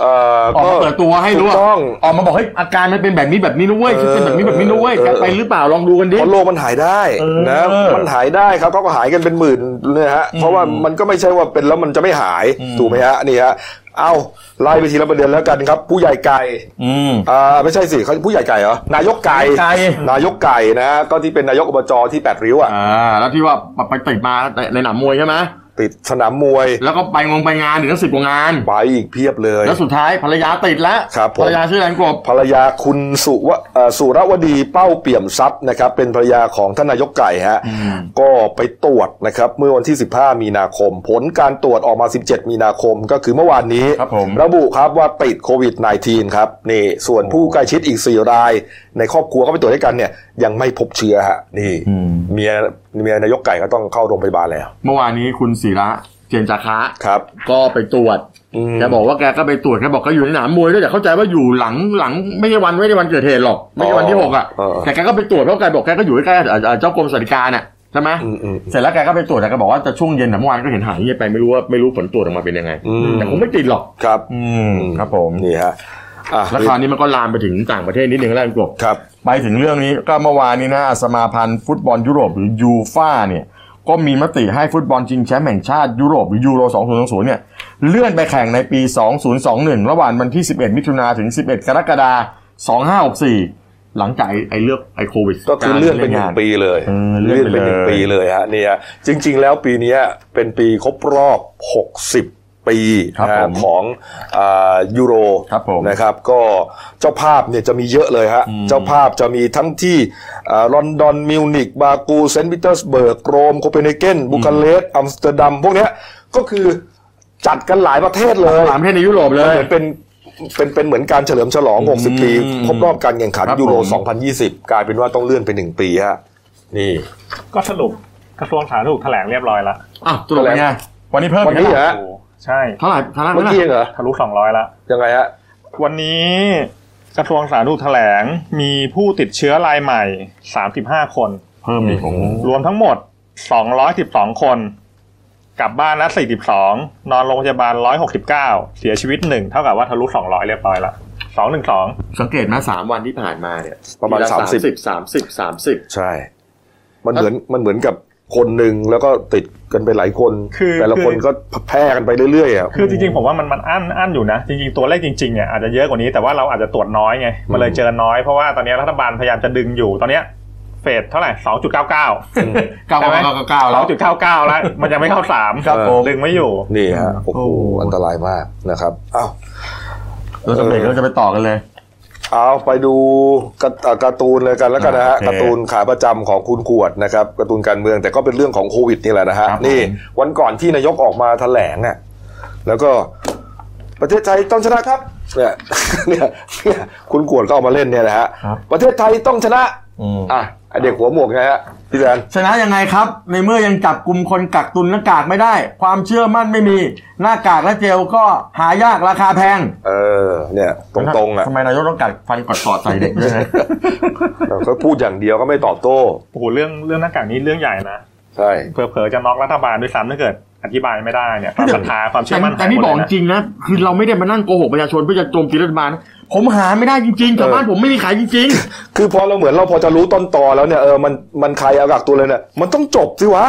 เอ่อ
ออก
ก็
มาเปิดตัวให้รู้ว่า
ถูกต้อง
ออกมาบอกเฮ้ยอาการมันเป็นแบบนี้แบบนี้นะเว้ย
เออ
คือเป็นแบบนี้แบบนี้นะเว้ย
เออ
แกไปหรือเปล่าลองดูกันดิ
เพราะโรคมันหายได้
เออ
นะมันหายได้ครับเขาก็หายกันเป็นหมื่นเลยฮะเพราะว่ามันก็ไม่ใช่ว่าเป็นแล้วมันจะไม่หาย
อืม
ถูกไหมฮะนี่ฮะเอาไล่ไปทีละประเด็นแล้วกันครับ ผู้ใหญ่ไก่
อืม
อ่าไม่ใช่สิเขาผู้ใหญ่ไก่เหรอนายกไก่
นายกไก่
นายกไก่นะฮะก็ที่เป็นนายกอบจที่แปดริ้วอ่ะ
อ่าแล้วที่ว่าไปติดมาในในหนามมวยใช่ไหม
ติดสนามมวย
แล้วก็ไปงงไปงานถึงสิบกว่างาน
ไปอีกเพียบเลย
แล้วสุดท้ายภรรยาติดแล้ว
ครับผม
ภรรยาชื่อแรงกบ
ภรรยาคุณสุวะเอ่อสุรวดีเป้าเปี่ยมทรัพย์นะครับ เป็นภรรยาของท่านนายกไก่ฮะ
อืม
ก็ไปตรวจนะครับ เมื่อวันที่ 15 มีนาคม ผลการตรวจออกมา 17 มีนาคมก็คือเมื่อวานนี้
ครับผม
ระบุครับว่าติดโควิด -19 ครับนี่ส่วนผู้ใกล้ชิดอีก 4 ราย ในครอบครัวก็ไปตรวจด้วยกันเนี่ยยังไม่พบเชื้อฮะนี่
อืม
เมียเมียนายกไก่ก็ต้องเข้าโรงพยาบาลแล้ว
เมื่อวานนี้คุณศิระเจนจาคะ
ครับ
ก็ไปตรวจ
อืม
แกบอกว่าแกก็ไปตรวจแกบอกก็อยู่ในหนามมวยด้วยแต่เข้าใจว่าอยู่หลังหลังไม่ใช่วันไม่ใช่วันเกิดเหตุหรอกไม่ใช่วันที่หกอ่ะแต่แกก็ไปตรวจเพราะแกบอกแกก็อยู่ใกล้ๆเอ่อเอ่อเจ้ากรมสวัสดิการน่ะใช่ไหม
อืมอืม
เสร็จแล้วแกก็ไปตรวจแต่แกบอกว่าจะช่วงเย็นแต่เมื่อวานก็เห็นหายเงียบไปไม่รู้ว่าไม่รู้ผลตรวจออกมาเป็นยังไง
อืม
แต่คงไม่ติดหรอก
ครับ
อืมครับผม
นี่ฮะอ่ะ
แล้วคราวนี้มันก็ลามไปถึงต่างประเทศนิดนึงแล้วกันกบ
ครับ
ไปถึงเรื่องนี้ก็เมื่อวานนี้นะสมาพันธ์ฟุตบอลยุโรปหรือยูฟ่าเนี่ยก็มีมติให้ฟุตบอลชิงแชมป์แห่งชาติยุโรปหรือยูโร 2020 เนี่ยเลื่อนไปแข่งในปี 2021 ระหว่างวันที่ 11 มิถุนาถึง 11 กรกฎาคม 2564 หลังจากไอ้ไอ้เลือกไอ้โควิด
ก็คือเลื่อนไปหนึ่งปีเลย
เออเลื่อนไป
ห
ห
นึ่
นึ่
ง
ง
ปี
ปีเลย
เลยฮะเนี่ยจริง ๆ แล้วปีเนี้ยเป็นปีครบรอบ 60 ปี
ครับ
นะ
ผม
ของอายูโร
ครับผม
นะครับ ก็เจ้าภาพเนี่ยจะมีเยอะเลยฮะ
อืม
เจ้าภาพจะมีทั้งที่ลอนดอนมิวนิกบากูเซนต์ปีเตอร์สเบิร์กโรมโคเปนเฮเกนบูคาเรสต์อัมสเตอร์ดัมพวกเนี้ยก็คือจัดกันหลายประเทศเลย
สามประเทศในยุโรปเลย
มันเหมือนเป็นเป็นเป็นเหมือนการเฉลิมฉลอง
อืม
60 ปี ครบรอบการแข่งขัน
ครับ
ยูโร
ผม
2020 กลายเป็นว่าต้องเลื่อนไปหนึ่งปีฮะนี่
ก็สรุปกระทรวงสาธารณสุขแถลงเรียบร้อยละ
อ่ะตรวจเป็นไงวันนี้เพิ่ม
วันนี้
อีก
เหรอ
โอ้โหใช่
เท่าไหร่เท่าไหร่
เมื่อกี้เหรอ
ทะลุสองร้อยละ
ยังไงฮะ
วันนี้กระทรวงสาธารณสุขแถลงมีผู้ติดเชื้อรายใหม่ 35 คน
เพิ่มอีกโอ้โห
รวมทั้งหมด 212 คน กลับบ้านละสี่สิบสองนอนโรงพยาบาลร้อยหกสิบเก้าเสียชีวิตหนึ่งเท่ากับว่าทะลุสองร้อยเรียบร้อยละสองหนึ่งสอง
สังเกตไหมสามวันที่ผ่านมาเนี่ย
ประมาณ
สามสิบสามสิบสามสิบ
ใช่ มันเหมือนมันเหมือนกับคนหนึ่งแล้วก็ติดกันไปหลายคน
คือ
แต่ละคนก็แพร่กันไปเรื่อยๆอ่ะ
คือจริงๆ ผมว่ามันมันอั้นอั้นอยู่นะ จริงๆ ตัวเลขจริงๆเนี่ยอาจจะเยอะกว่านี้แต่ว่าเราอาจจะตรวจน้อยไงมันเลยเจอน้อยเพราะว่าตอนนี้รัฐบาลพยายามจะดึงอยู่ตอนเนี้ยเฟสเท่าไหร่สองจุดเก้าเก้า
เก้าเก้าเก้าเก้าเก้าแล้
เรา
ว
จุดเก้าเก้าแล้ว มันยังไม่เข้าสาม
ครับผม
ดึงไม่อยู่
นี่ฮะโอ้
โอ้
โห
โห
อันตรายมากนะครับอ้าว
เราจะเบรกเราจะไปต่อกันเลย
เอาไปดูกระเอ่อการ์ตูนเลยกันแล้วกันนะฮะ
อ่าโอเค
การ์ตูนขาประจำของคุณขวดนะครับการ์ตูนการเมืองแต่ก็เป็นเรื่องของโควิดนี่แหละนะฮะ
ครับผม
นี่วันก่อนที่นายกออกมาแถลงอะแล้วก็ประเทศไทยต้องชนะครับเนี่ย เนี่ยเนี่ยคุณขวดก็เอามาเล่นเนี่ยนะฮะประเทศไทยต้องชนะอ่ะไอ้เด็กหัวหมวกไงฮะพี่แดน
ชนะยังไงครับ ในเมื่อยังจับกลุ่มคนกักตุนหน้ากากไม่ได้ ความเชื่อมั่นไม่มี หน้ากากและเจลก็หายากราคาแพง
เออเนี่ยตรงๆอ่ะ
ทำไมนายกต้องกัดฟันกอดๆใส่เด็กด้วยนะ
เขาพูดอย่างเดียวก็ไม่ตอบโต้
โอ้โห เรื่องเรื่องหน้ากากนี้เรื่องใหญ่นะ
ใช่
เผลอๆจะน็อกรัฐบาลด้วยซ้ำถ้าเกิด อธิบายไม่ได้เนี่ยความศรัทธาความเชื่
แต่
อมั่น
แต่นี่
หายหมด
บอก
เลยะ
จริงนะคือเราไม่ได้มานั่งโกหกประชาชนเพื่อจะโจมตีรัฐบาลนะผมหาไม่ได้จริงๆแถวบ้านผมไม่มีขายจริง
คือพอเราเหมือนเราพอจะรู้ต้นตอแล้วเนี่ยเออมันมันใครเอากักตัวเลยเนี่ยมันต้องจบสิวะ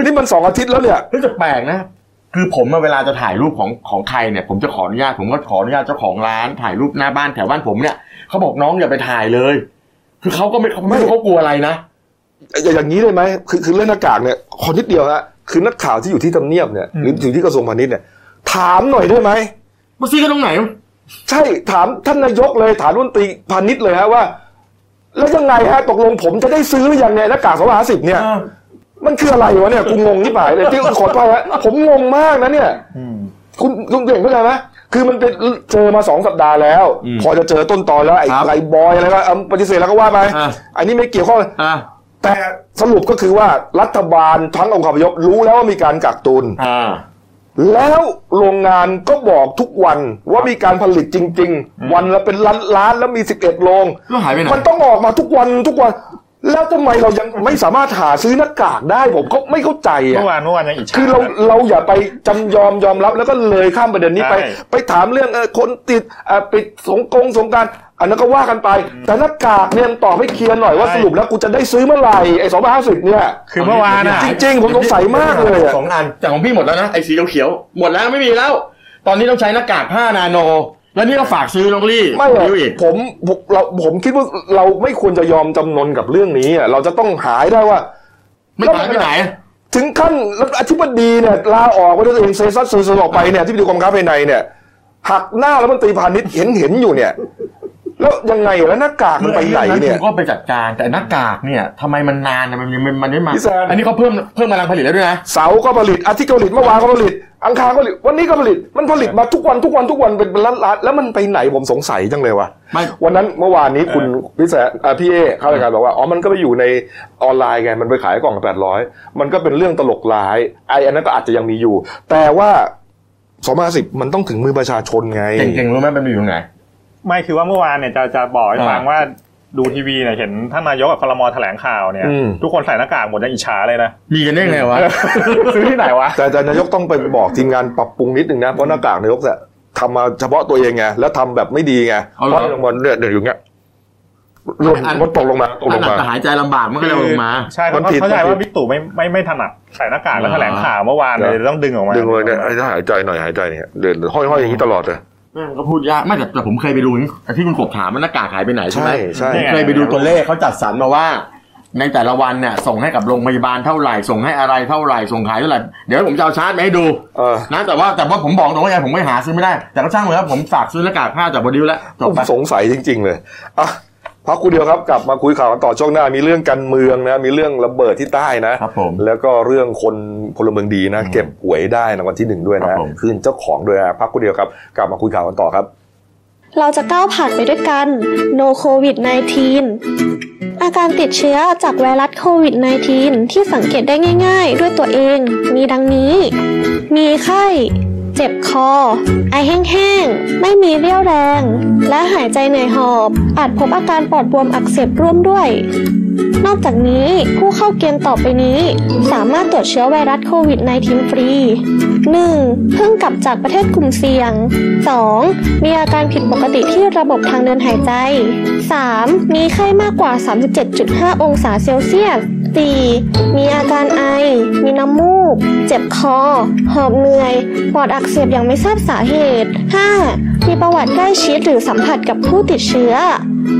นี่มันสองอาทิตย์แล้วเนี่ย
ๆนี่จะแปลกนะ คือผมอะเวลาจะถ่ายรูปของของใครเนี่ย ผมจะขออนุญาตผมก็ขออนุญาตเจ้าของร้านถ่ายรูปหน้าบ้านแถวบ้านผมเนี่ยเขาบอกน้องอย่าไปถ่ายเลย คือเขาก็ไม่เขาไม่รู้เขากลัวอะไรนะ
อย่าอย่างนี้ได้ไหมคือคือเรื่องหน้ากากเนี่ยขอนิดเดียวฮะคือนักข่าวที่อยู่ที่ทำเนียบเนี่ยหรืออยู่ที่กระทรวงพาณิชย์เนี่ยถามหน่อยได้ไหม
มาซื้อกันตรงไหน
ใช่ถามท่านนายกเลยถามรุ่นตรีพาณิชย์เลยฮะว่า แล้วยังไงฮะตกลงผมจะได้ซื้อหรือยังเนี่ยหน้ากากสองร้อยห้าสิบเนี่ย มันคืออะไรวะ เนี่ยกูงงที่ป่ายเลยที่ขอไปฮะผมงงมากนะเนี่ย
อืม
คุณคุณเก่งเข้าใจไหมคือมันเป็นเจอมาสองสัปดาห์แล้ว
อืม
พอจะเจอต้นตอแล้วไอ้
ครับ
ไอ้บอยอะไรก็เอาปฏิเสธแล้วก็ว่าไป
อ่ะ
อันนี้ไม่เกี่ยวข้อง
อ่า
แต่สรุปก็คือว่ารัฐบาลทั้งองค์คาพยพรู้แล้วว่ามีการกักตุน
อ่า
แล้วโรงงานก็บอกทุกวันว่ามีการผลิตจริง ๆ วันละเป็นล้านล้านๆแล้วมี 11โรง
แล้วหายไปไหน
มันต้องออกมาทุกวันทุกวัน แล้วทำไมเรายังไม่สามารถหาซื้อหน้ากากได้ผมก็ไม่เข้าใจอะ
เมื่อวานเมื่อวานยังอิจฉา
คือเราเราอย่าไปจำยอมยอมรับแล้วก็เลยข้ามประเด็นนี้ไป
ใช่
ไปถามเรื่องเออคนติดเอ่อปิดสงกงสงกรารอันนั้นก็ว่ากันไป แต่หน้ากากเนี่ยตอบให้เคลียร์หน่อยว่าสรุปแล้วกูจะได้ซื้อเมื่อไหร่ไอ้สองพันห้าสิบเนี่ย
คือเมื่อวานอ่ะ
จริงๆ ผมสงสัยมากเลยอะ
สองอันจากของพี่หมดแล้วนะ ไอ้สีเขียวๆหมดแล้วไม่มีแล้ว ตอนนี้ต้องใช้หน้ากากผ้านาโน แล้วนี่ก็ฝากซื้อลองลี่
ไม่หรอก
ดิวอีก
ผมผมเราผมคิดว่าเราไม่ควรจะยอมจำนนกับเรื่องนี้อะเราจะต้องหายได้ว่า
ไม่ไปไม่ไหน
ถึงขั้นอธิบดีเนี่ยลาออกไปด้วยตัวเองเซซัสเซซัสออกไปเนี่ยที่ไปดูกองค้าภายในเนี่ยหักหน้าแล้วมันตรีพาณิชย์เห็นเห็นอยู่เนี่ย แล้วยังไงแล้วหน้ากากมันไปไหนเนี่ย
ก็ไปจัดการแต่หน้ากากเนี่ยทำไมมันนานอะมันมันมันไม่มา
พี่แซม
อันนี้เขาเพิ่มเพิ่มกำลังผลิตแล้วด้วยนะ
เสาร์ก็ผลิตอาทิตย์ก็ผลิตเมื่อวานก็ผลิต อังคารก็ผลิตวันนี้ก็ผลิตมันผลิตมาทุกวันทุกวันทุกวันเป็นล้านล้านๆแล้วมันไปไหนผมสงสัยจังเลยว่ะ
ไม่
วันนั้นเมื่อวานนี้คุณพี่แสอ่าพี่เอเข้ารายการบอกว่าอ๋อมันก็ไปอยู่ในออนไลน์ไงมันไปขายกล่องแปดร้อยมันก็เป็นเรื่องตลกร้ายไออันนั้นก็อาจจะยังมีอยู่ แต่ว่าสองพันสิบมันต้องถึงมือประชาชนไง
เก่งๆรู้ไหมมันไปอยู่ตรงไหน
ไม่คือว่าเมื่อวานเนี่ยจะจะบอกให้ฟังว่าดูทีวีเนี่ยเห็นท่านนายกกับคลมแถลงข่าวเนี่ย
อืม
ทุกคนใส่หน้ากากหมดยังอิจฉาเลยนะ
มีกันได้ไงวะ
ซื้อที่ไหนวะ
แต่แต่นายกต้องไปบอกทีมงานปรับปรุงนิดนึงนะเพราะหน้ากากนายกจะทำมาเฉพาะตัวเองไงแล้วทำแบบไม่ดีไง
เอาเหร
เพ
อ
ราะรางวัลเนี่ยเดี๋ยวอย่างเงี้ยหล่นมันตกลงมาตกล
อัน
ง
หนัก
มา
แต่หายใจลำบากมันก็เลยเอาลงมา
ใช่เพ
มัน
ราะ
ผิด
เข้าใจ
มันผิด
ว่าบิ๊กตู่ไม่ไม่ไม่ถนัดใส่หน้ากากแล้ว
อ่า
แถลงข่าวเมื่อวานเลย
เดี๋ยว
ต้องดึงออกมา
ดึงเลยเนี่ยให้หายใจหน่อยหายใจเนี่ยเดินห้อยๆอย่างนี้ตลอดเลย
แม่งก็พูดยากไม่แต่แต่ผมเคยไปดูนี่ที่คุณกบถามว่าหน้ากากหายไปไหนใช่ไหม
ใช่ใช่
ผมเคยไปดูตัวเลขเขาจัดสรรมาว่า ในแต่ละวันเนี่ยส่งให้กับโรงพยาบาลเท่าไหร่ ส่งให้อะไรเท่าไหร่ส่งขายเท่าไหร่เดี๋ยวผมจะเอาชาร์ตมาให้ดู
เออ
นะแต่ว่าแต่ว่าผมบอกตรงว่าไงผมไม่หาซื้อไม่ได้ แต่ก็ช่างเลยครับผมฝากซื้อหน้ากากผ้าจากบดิวแล้วจบ
ผม
ไป
สงสัยจริง ๆ เลยอ่ะพักกูเดียวครับกลับมาคุยข่าวกันต่อช่วงหน้ามีเรื่องการเมืองนะมีเรื่องระเบิดที่ใต้นะครับ
ผม
แล้วก็เรื่องคนพลเมืองดีนะ เก็บหวยได้รางวัลที่หนึ่งด้วย
ครั
นะ
บผม
คืนเจ้าของด้วยนะพักกูเดียวครับกลับมาคุยข่าวกันต่อครับ
เราจะก้าวผ่านไปด้วยกัน No COVID 19 อาการติดเชื้อจากไวรัสโควิด -19 ที่สังเกตได้ง่ายๆ ด้วยตัวเองมีดังนี้ มีไข้ เจ็บคอ ไอแห้งๆ ไม่มีเรี่ยวแรง และหายใจเหนื่อยหอบ อาจพบอาการปอดบวมอักเสบร่วมด้วย นอกจากนี้ผู้เข้าเกณฑ์ต่อไปนี้ สามารถตรวจเชื้อไวรัสโควิด -19 ฟรี 1. เพิ่งกลับจากประเทศกลุ่มเสี่ยง 2. มีอาการผิดปกติที่ระบบทางเดินหายใจ 3. มีไข้มากกว่า 37.5 องศาเซลเซียส 4. มีอาการไอ มีน้ำมูก เจ็บคอ หอบเหนื่อย ปอดอักเสบอย่างไม่ทราบสาเหตุ 5. มีประวัติใกล้ชิดหรือสัมผัสกับผู้ติดเชื้อ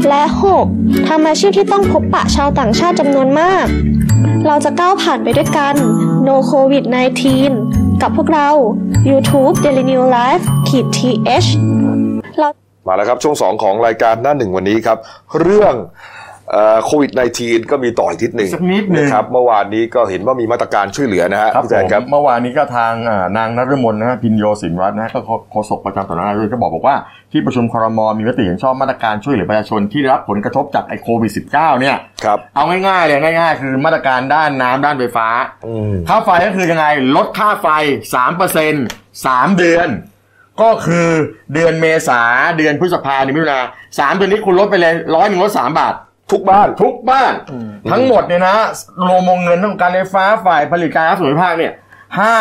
และ 6. ทำอาชีพที่ต้องพบปะชาวต่างชาติจำนวนมาก เราจะก้าวผ่านไปด้วยกัน No COVID 19 กับพวกเรา YouTube Daily New Life ขีด th เรา
มาแล้วครับช่วง 2 ของรายการหน้าหนึ่งวันนี้ครับ เรื่องโควิด -19 ก็มีต่ออีกนิดหนึ่ง
สักนิดหนึ่ง
นะครับเมื่อวานนี้ก็เห็นว่ามีมาตรการช่วยเหลือนะฮะ
ครับ
พี่
ผ
แจ๊ค
ม
ครับ
เมื่อวานนี้ก็ทางอ่านางนฤมลนะฮะพินโยสินวัฒน์นะฮะก็โฆษกประจำสำนักนายกก็บอกบอกว่าที่ประชุมครมมีมติเห็นชอบมาตรการช่วยเหลือประชาชนที่ได้รับผลกระทบจากไอโควิด -19 เนี่ย
ครับ
เอาง่ายๆเลยง่าย ๆ คือมาตรการด้านน้ำด้านไฟฟ้า
อืม
ค่าไฟก็คือยังไงลดค่าไฟ3เปอร์เซ็นสามเดือน ก็คือเดือนเมษาเดือนพฤษภาเดือนมิถุนาสามเดือนนี้คุณลดไปเลยร้อยหนึ่งลดสามบาท
ทุกบ้าน
ทุกบ้านทั้งหมดเนี่ยนะรวมวงเงินของการไฟฟ้าฝ่ายผลิตการส่วนภูมิภาคเนี่ยห้า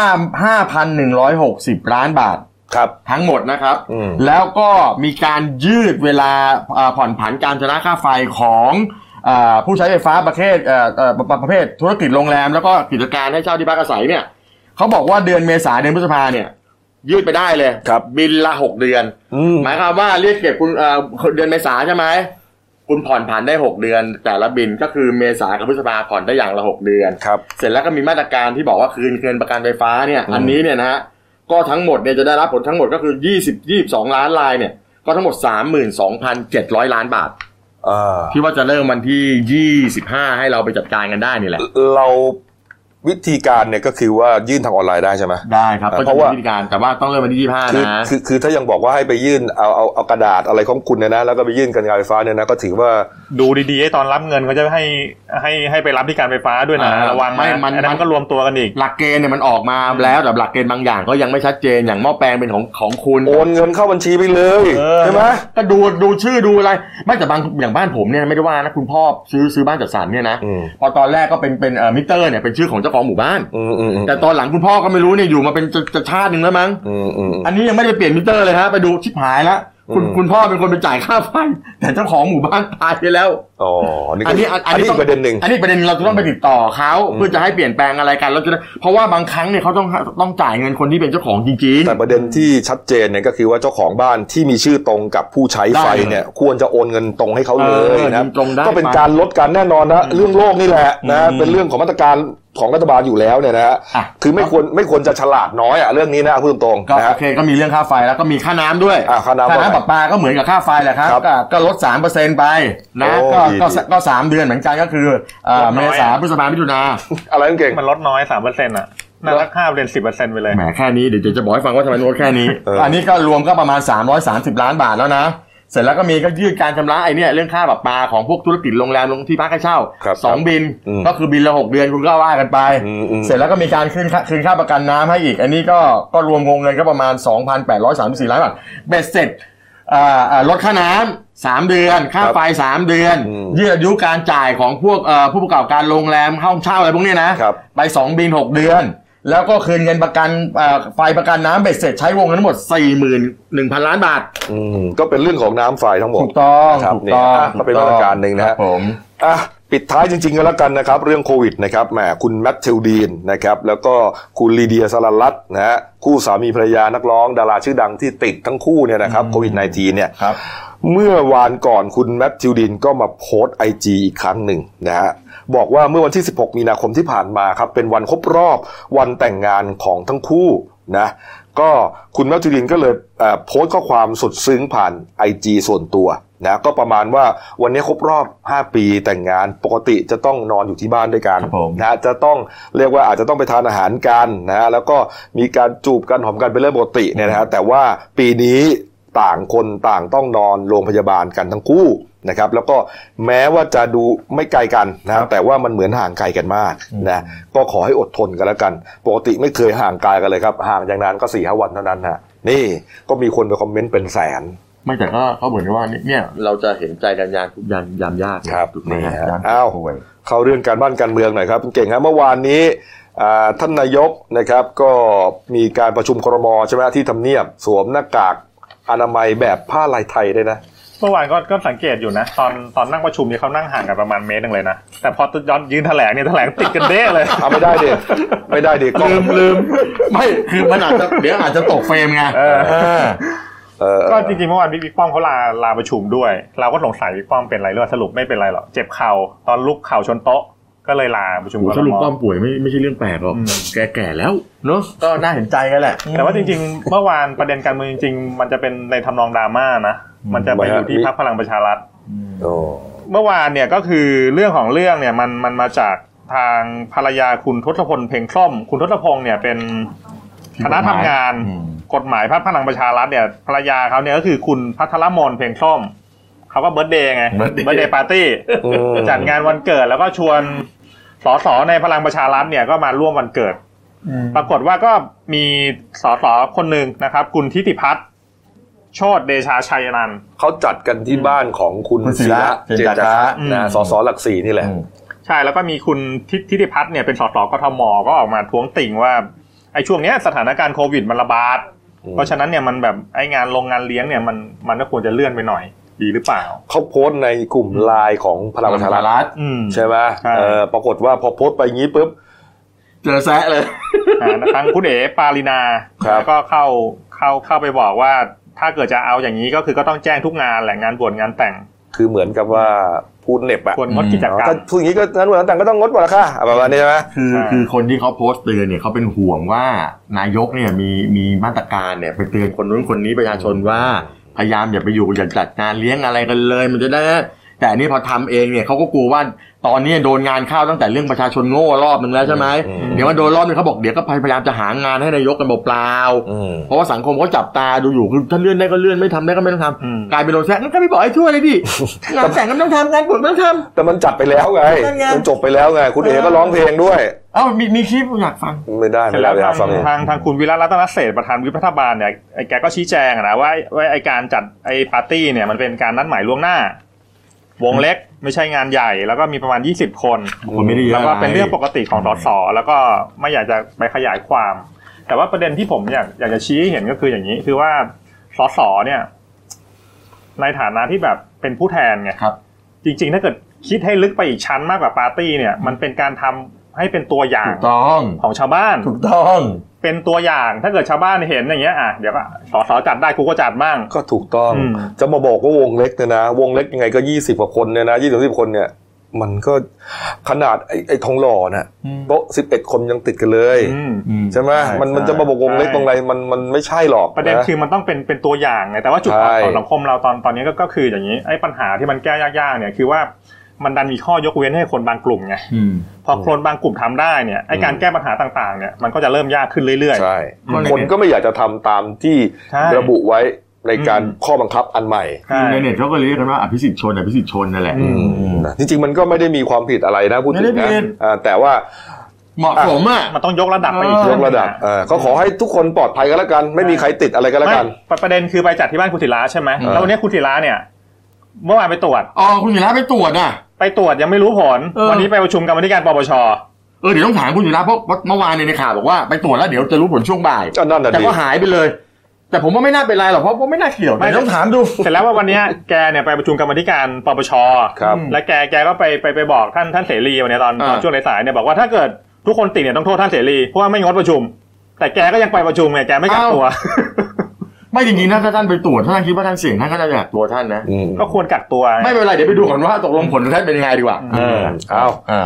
ห้าพันหนึ่งร้อยหกสิบล้านบาท
ครับ
ทั้งหมดนะครับ
อืม
แล้วก็มีการยืดเวลาอ่าผ่อนผันการชำระค่าไฟของอ่าผู้ใช้ไฟฟ้าประเภทเอ่อเอ่อประประเภทธุรกิจโรงแรม แล้วก็กิจการให้เช่าที่พักอาศัยเนี่ยเขาบอกว่าเดือนเมษาเดือนพฤษภาเนี่ย ยืดไปได้เลย
ครับ
บินละหกเดือน
อืม
หมายความว่าเรียกเก็บคุณเอ่อเดือนเมษาใช่ไหมคุณผ่อนผันได้หกเดือน แต่ละบินก็คือเมษากับพฤษภาผ่อนได้อย่างละหกเดือน
ครับ
เสร็จแล้วก็มีมาตรการที่บอกว่าคืนเงินประกันไฟฟ้าเนี่ย อันนี้เนี่ยนะฮะ ก็ทั้งหมดเนี่ยจะได้รับผลทั้งหมดก็คือ 20 22 ล้านลายเนี่ย ก็ทั้งหมด 32,700 ล้านบาท
อ่า
ที่ว่าจะเริ่มวันที่ 25 ให้เราไปจัดการกันได้นี่แหละ
เราวิธีการเนี่ยก็คือว่ายื่นทางออนไลน์ได้ใช่ไหม
ได้ครับ ก็
เพ
จะ
ราะ
มี
ว่า
วิธีการแต่ว่าต้องเริ่มวันที่ 25
คือ
นะ
คือคือถ้ายังบอกว่าให้ไปยื่นเอาเอาเอากระดาษอะไรของคุณเนี่ยนะ แล้วก็ไปยื่นกันการไฟฟ้าเนี่ยนะ ก็ถือว่า
ดูดีๆไอ้ตอนรับเงินเขาจะให้ให้ให้ไปรับที่การไฟฟ้าด้วยนะ
อ่า
ระวังนะ
ไม่มัน
อันนั้นก็รวมตัวกันอีก
หลักเกณฑ์เนี่ยมันออกมาแล้วแต่หลักเกณฑ์บางอย่างก็ยังไม่ชัดเจนอย่างหม้อแปลงเป็นของของคุณ
โอนเงินเข้าบัญชีไปเลย
เออ
ใช่ไหม
ก็ดูดูชื่อดูอะไรไม่แต่บางอย่างบ้านผมเนี่ยไม่ได้ว่านะคุณพ่อซื้อซื้อบ้านจัดสรรเนี่ยนะ
อืม
พอตอนแรกก็เป็นเป็นเอ่อมิเตอร์เนี่ยเป็นชื่อของเจ้าของหมู่บ้าน
อืมอืมอืม
แต่ตอนหลังคุณพ่อก็ไม่รู้เนี่ยอยู่มาเป็นจะจะชาติหนึ่งแล้วมั้ง
อืมอืมอืม
อันนี้ยังไม่ได้เปลี่ยนมิเตอร์เลยฮะไปดูชิบหายละคุณ
อืม
คุณพ่อเป็นคนไปจ่ายค่าไฟแต่เจ้าของหมู่บ้านตายไปแล้ว
อ๋อ
อั
อั
น
น
นี้
นี้
อัน
อัน
นี้
นี้
ต้
อี
อง
กประเด็นหนึ่ง
อันนี้ประเด็นเราจะต้องไปติดต่อเขาเพื่อจะให้เปลี่ยนแปลงอะไรกันเราจะได้เพราะว่าบางครั้งเนี่ยเขาต้องต้องจ่ายเงินคนที่เป็นเจ้าของจริง
แต่ประเด็นที่ชัดเจนเนี่ยก็คือว่าเจ้าของบ้านที่มีชื่อตรงกับผู้ใช้ไฟ
ได้เลย
เนี่ย ควรจะโอนเงินตรงให้เขาเลย
เออ
นะ
ตรงได้
ก็เป็นการลดการแน่นอนนะเรื่องโลกนี่แหละนะ
อืม
เป็นเรื่องของมาตรการของรัฐบาลอยู่แล้วเนี่ยนะฮะ
อ่ะ
คือไม่ควรไม่ควรจะฉลาดน้อยอะเรื่องนี้นะเอาพูดตรง
ๆ
ๆ
ก็
นะ
โอ
ฮะ
เคก็มีเรื่องค่าไฟแล้วก็มีค่าน้ำด้วย
อ่ะค่าน้ำว่าไง
ประปาก็เหมือนกับค่าไฟแหละครับ
ครับ
ก็ก็ลด3%ไปนะ
โอ้
ก็
ดี
ก็
ดี
ก็สามเดือนเหมือนกันก็คือเอ่อ
ลดน้
เม
อย
ษาพฤษภามิถุนา
อะไรนั่นเก่ง
มันลดน้อยสามเปอร์เซ็นต์อ่ะน่ารักห้าเปอร์เซ็นต์สิบเปอร์เซ็นต์ไปเลย
แหมแค่นี้เดี๋ยวจะบอกให้ฟังว่าทำไมลดแค่นี้
เอออั
อันนี้ก็รวมก็ประมาณ 330 ล้านบาทแล้วนะ เสร็จแล้วก็มีก็ยืดการชำระไอ้เนี่ยเรื่องค่าแบบปลาของพวกธุรกิจโรงแรมลงที่พักให้เช่า
ครับ
สองบิน
อืม
ก็คือบินละหกเดือนคุณก็ว่ากันไป
อืมอืม
เสร็จแล้วก็มีการคืนค่าคืนค่าประกันน้ำให้อีก อันนี้ก็ก็รวมวงเงินก็ประมาณ 2,834ล้านบาทเบ็ดเสร็จอ่าอ่าลดค่าน้ำสามเดือน ค่าไฟสามเดือน
อืม
ยืดอายุการจ่ายของพวกเอ่อผู้ประกอบการโรงแรมห้องเช่าอะไรพวกเนี้ยนะ
ครับ
ไป 2 บิน 6 เดือน แล้วก็คืนเงินประกันเอ่อไฟประกันน้ำเบ็ดเสร็จใช้วงเงินทั้งหมด 41,000 ล้านบาท
อืมก็เป็นเรื่องของน้ำไฟทั้งหมด
ถูกต้อง
ครับ
ถูกต้อง
เนี่ยก็เป็นมาตรการหนึ่งนะฮะ
ครับผม
อ่ะปิดท้ายจริงๆกันแล้วกันนะครับ เรื่องโควิดนะครับแหมคุณแมทเทลดีนนะครับแล้วก็คุณลีเดียสลันรัตน์นะฮะคู่สามีภรรยานักร้อง ดาราชื่อดังที่ติดทั้งคู่เนี่ยนะครับโควิด -19 เนี่ย
ครับ
เมื่อวานก่อนคุณแมทธิวดินก็มาโพสต์ไอจีอีกครั้งหนึ่งนะฮะบอกว่าเมื่อวันที่ 16 มีนาคมที่ผ่านมาครับ เป็นวันครบรอบวันแต่งงานของทั้งคู่นะก็คุณแมทธิวดินก็เลยเอ่อโพสต์ข้อความสุดซึ้งผ่านไอจีส่วนตัวนะก็ประมาณว่าวันนี้ครบรอบ 5 ปีแต่งงานปกติจะต้องนอนอยู่ที่บ้านด้วยกัน
ครับผม
นะฮะจะต้องเรียกว่าอาจจะต้องไปทานอาหารกันนะฮะแล้วก็มีการจูบกันหอมกันเป็นเรื่องปกติเนี่ยนะฮะแต่ว่าปีนี้ ต่างคนต่างต้องนอนโรงพยาบาลกันทั้งคู่นะครับ แล้วก็แม้ว่าจะดูไม่ไกลกันนะแต่ว่ามันเหมือนห่างไกลกันมากนะก็ขอให้อดทนกันแล้วกัน ปกติไม่เคยห่างไกลกันเลยครับ ห่างอย่างนั้นก็สี่ห้าวันเท่านั้นฮะนี่ก็มีคนไปคอมเมนต์เป็นแสน
ไม่แต่ก็เขาเหมือนกับว่าเนี่ยเราจะเห็นใจกันยามยามยามยาก
ครับ
ถูกไหมฮะ
นี่ฮะ
ยาม
อ้าว
ป่วย
เข้าเรื่องการบ้านการเมืองหน่อยครับคุณเก่งฮะเมื่อวานนี้อ่าท่านนายกนะครับก็มีการประชุมครมใช่ไหมที่ทำเนียบสวมหน้ากากอนามัยแบบผ้าลายไทยด้วยนะ
เมื่อวานก็ก็สังเกตอยู่นะ ตอนตอนนั่งประชุมเนี่ยเขานั่งห่างกันประมาณเมตรหนึ่งเลยนะ แต่พอย้อนยืนแถลงเนี่ยแถลงติดกันเด้เลย
เอาไม่ได้ดิไม่ได้ดิกล้อง
ลืมลืมไม่คือมันอาจจะเดี๋ยวอาจจะตกเฟรมไง
เออ
เออ
เออ
ก็จริงๆเมื่อวานพี่บิ๊กป้อมเขาลาลาประชุมด้วย เราก็สงสัยบิ๊กป้อมเป็นอะไรหรือเปล่าสรุปไม่เป็นไรหรอกเจ็บเข่าตอนลุกเข่าชนโต๊ะก็เลยลาประชุม
โห
กร
สรุป
ม
ความป่วยไม่ไม่ใช่เรื่องแปลกหรอก
อืม
แกแก่แล้วเนอะก็น่าเห็นใจกันแหละ
แต่ว่าจริงๆ เมื่อวานประเด็นการเมืองจริง ๆ มันจะเป็นในทำนองดราม่านะ มันจะไปอยู่ที่พรรคพลังประชารัฐ
โอ้
เมื่อวานเนี่ยก็คือเรื่องของเรื่องเนี่ยมันมันมาจากทางภรรยาคุณทศพลเพ่งคล่อม คุณทศพงศ์เนี่ยเป็นคณะทำงาน
อืม
กฎหมายพรรคพลังประชารัฐเนี่ยภรรยาเขาเนี่ยก็คือคุณพัทรมนเพ่งคล่อมเขาก็เบิร์ตเดย์ไง
Birthday
เบิร์ตเดย์ปาร์ตี้
อืม
จัดงานวันเกิดแล้วก็ชวนสสในพลังประชารัฐเนี่ยก็มาร่วมวันเกิด ปรากฏว่าก็มีสสคนหนึ่งนะครับ คุณทิติพัฒน์โชตเดชาชัยอนันท์
เขาจัดกันที่บ้านของคุณ
คุณศิ
ศิ
ระ
ระเจนจา
เจนจา
คะ
คะ
นะ
อืม
สสหลักสี่นี่แหละ
ใช่แล้วก็มีคุณทิทิติพัฒน์เนี่ยเป็นสสกทมก็ออกมาท้วงติ่งว่าไอ้ช่วงเนี้ยสถานการณ์โควิดมันระบาด
อืม
เพราะฉะนั้นเนี่ยมันแบบไอ้งานโรงงานเลี้ยงเนี่ยมันมันก็ควรจะเลื่อนไปหน่อย ดีหรือเปล่า
เขาโพสต์ในกลุ่มไลน์ของพลังประชารัฐ
อืม
ใช่ไหม
ใช่
เออปรากฏว่าพอโพสต์ไปงี้ปุ๊บ
เจอแซะเลย
อ่าทาง คุณเอ๋ปารินา
ครับ
แล้วก็เข้าเข้าเข้าไปบอกว่า ถ้าเกิดจะเอาอย่างนี้ก็คือก็ต้องแจ้งทุกงานแหละงานบวชงานแต่ง
คือเหมือนกับว่าพูดเหน็บอะ
ควรงด
อืม
กิจกรร
ถ้าม พูดอย่างนี้ก็นั้นเหมือนแต่างก็ต้องงดหมดละค่ะอ่ะประมาณนี้ใช่ไหม
คือ
ใช่
คือคนที่เขาโพสต์เตือนเนี่ยเขาเป็นห่วงว่านายกเนี่ยมีมีมาตรการเนี่ยไปเตือนคนนู้นคนนี้ประชาชนว่าพยายามอย่าไปอยู่อย่าจัดงานเลี้ยงอะไรกันเลย มันจะได้ แต่อันนี่พอทำเองเนี่ยเขาก็กลัวว่าตอนนี้โดนงานเข้าตั้งแต่เรื่องประชาชนโง่รอบหนึ่งแล้วใช่ไหม
อืม
เดี๋ยวว่าโดนรอบนึงเขาบอกเดี๋ยวก็พยายามจะหางานให้นายกกันเปล่าๆ
อืม
เพราะว่าสังคมเขาจับตาดูอยู่คือถ้าเลื่อนได้ก็เลื่อนไม่ทำได้ก็ไม่ต้องท
อืม
ำกลายเป็นโดนแซะงั้นก็ไม่บอกให้ช่วยเลยดิ งานแต่งก็ไม่ต้องทำงานบวชไม่ต้องท
แต่มันจัดไปแล้วไง
นั่นไง
มันจบไปแล้วไง คุณเอ
เออ
ก็ร้องเพลงด้วย
ำเอ้ามีมีคลิปอยากฟัง
ไม่ได้
เสร็
ไม่ได้
จแล้ว
ไม่ได้ฟัง
ทางทางทางคุณวิรัตรัตนเศรษฐ์ประธานวิพัฒบาลเนี่ยไอ้แกก็ชี้แจงอะนะว่าว่าไอ้การจัดไอ้ปาร์ตี้เนี่ยมันเป็นการนัดหมายล่วงหน้า วงเล็กไม่ใช่งานใหญ่ แล้วก็มีประมาณ 20 คน
คนไม่ได้เยอะ
แล้วก็เป็นเรื่องปกติของส
อืม
สแล้วก็ไม่อยากจะไปขยายความ แต่ว่าประเด็นที่ผมอยากอยากจะชี้ให้เห็นก็คืออย่างนี้ คือว่าสสเนี่ย ในฐานะที่แบบเป็นผู้แทนไง
ครับ
จริง ๆ ถ้าเกิดคิดให้ลึกไปอีกชั้นมากกว่าปาร์ตี้เนี่ย มันเป็นการทำให้เป็นตัวอย่า
ถู
ง
กต้อง
ของชาวบ้าน
ถูกต้อง
เป็นตัวอย่างถ้าเกิดชาวบ้านเห็นอย่างเงี้ยอ่ะเดี๋ยวก็สอสอจัดได้กูก็จัดบ้าง
ก็ถูกต้อง
อืม
จะมาบอกว่าวงเล็กเนี่ยนะ วงเล็กยังไงก็ยี่สิบกว่าคนเนี่ยนะยี่สิบคนเนี่ย มันก็ขนาดไอ้ไอ้ทองหล่อน่ะ
อืม
โต๊ะสิบเอ็ดคนยังติดกันเลย
อืม
ใช่ไหมมันมันจะมาบอกวงเล็ก
ใช่
ตรงไรมันมันไม่ใช่หรอก
ประเด็น
นะ
คือมันต้องเป็นเป็นตัวอย่างไงแต่ว่าจุดอ่อน
ใช่
ของสังคมเราตอนตอนนี้ก็ก็คืออย่างนี้ไอ้ปัญหาที่มันแก้ยากๆเนี่ยคือว่ามันดันมีข้อยกเว้นให้คนบางกลุ่มไง
อืม
พอคนบางกลุ่มทำได้เนี่ยไอ้การแก้ปัญหาต่างๆเนี่ยมันก็จะเริ่มยากขึ้นเรื่อย
ใช่
อืม
คนก็ไม่อยากจะทำตามที่
ใช่
ระบุไว้ในการ
อืม
ข้อบังคับอันใหม่
ๆ
คือ
ใช่
ในเน็ตเขาก็เรียกกันว่าอภิสิทธิ์ชนอภิสิทธิ์ชนนั่นแหละ
อื
อืมนะจริง ๆ มันก็ไม่ได้มีความผิดอะไรนะพูดถึง
ไม่ได้
นะ
ผิด
อ่าแต่ว่า
เหมาะสมอ่ะ
มันต้องยกระดับไปอีก
ยกระดับเออก็ขอให้ทุกคนปลอดภัยกันแล้วกัน ไม่มีใครติดอะไรกันแล้ว
ไม่
กัน
ประประเด็นคือไปจัดที่บ้านคุณศิลาใช่ไหม
เออ
แล้ววันนี้คุณศิลาเนี่ย เมื่อวานไปตรวจ
อ๋อคุณอยู่แล้วไปตรวจอ่ะ
ไปตรวจยังไม่รู้ผล
เออ
วันนี้ไปประชุมกรรมาธิการปปช
เออเดี๋ยวต้องถามคุณอยู่แล้วเพราะเพราะเมื่อวานเนี่ยในข่าวบอกว่าไปตรวจแล้วเดี๋ยวจะรู้ผลช่วงบ่าย
ก็นั่นน่ะ
แต่
ดิ
ก็หายไปเลย แต่ผมว่าไม่น่าเป็นไรหรอกเพราะว่าไม่น่าเกี่ยว
ไม่
แต่ต้องถามดู
เสร็จแล้วว่าวันเนี้ยแกเนี่ยไปประชุมกรรมาธิการปปช
ครับ
และแกแกก็ไปไปไปบอกท่านท่านเสรีวันเนี้ยตอน
อ่า
ตอนช่วงสายๆเนี่ยบอกว่าถ้าเกิดทุกคนติดเนี่ยต้องโทษท่านเสรีเพราะว่าไม่งดประชุม แต่แกก็ยังไปประชุมไงแกไม่กักตัว
ไม่จริงๆนะถ้าท่านไปตรวจถ้าท่านคิดว่าท่านเสี่ยงท่านก็จะอยากตัวท่านนะ
อืม
ก็ควรกักตัวไง
ไม่เป็นไรเดี๋ยวไปดูก่อนว่าตกลงผลของท่านเป็นยังไงดีกว่า
เอ
เอา
อ่า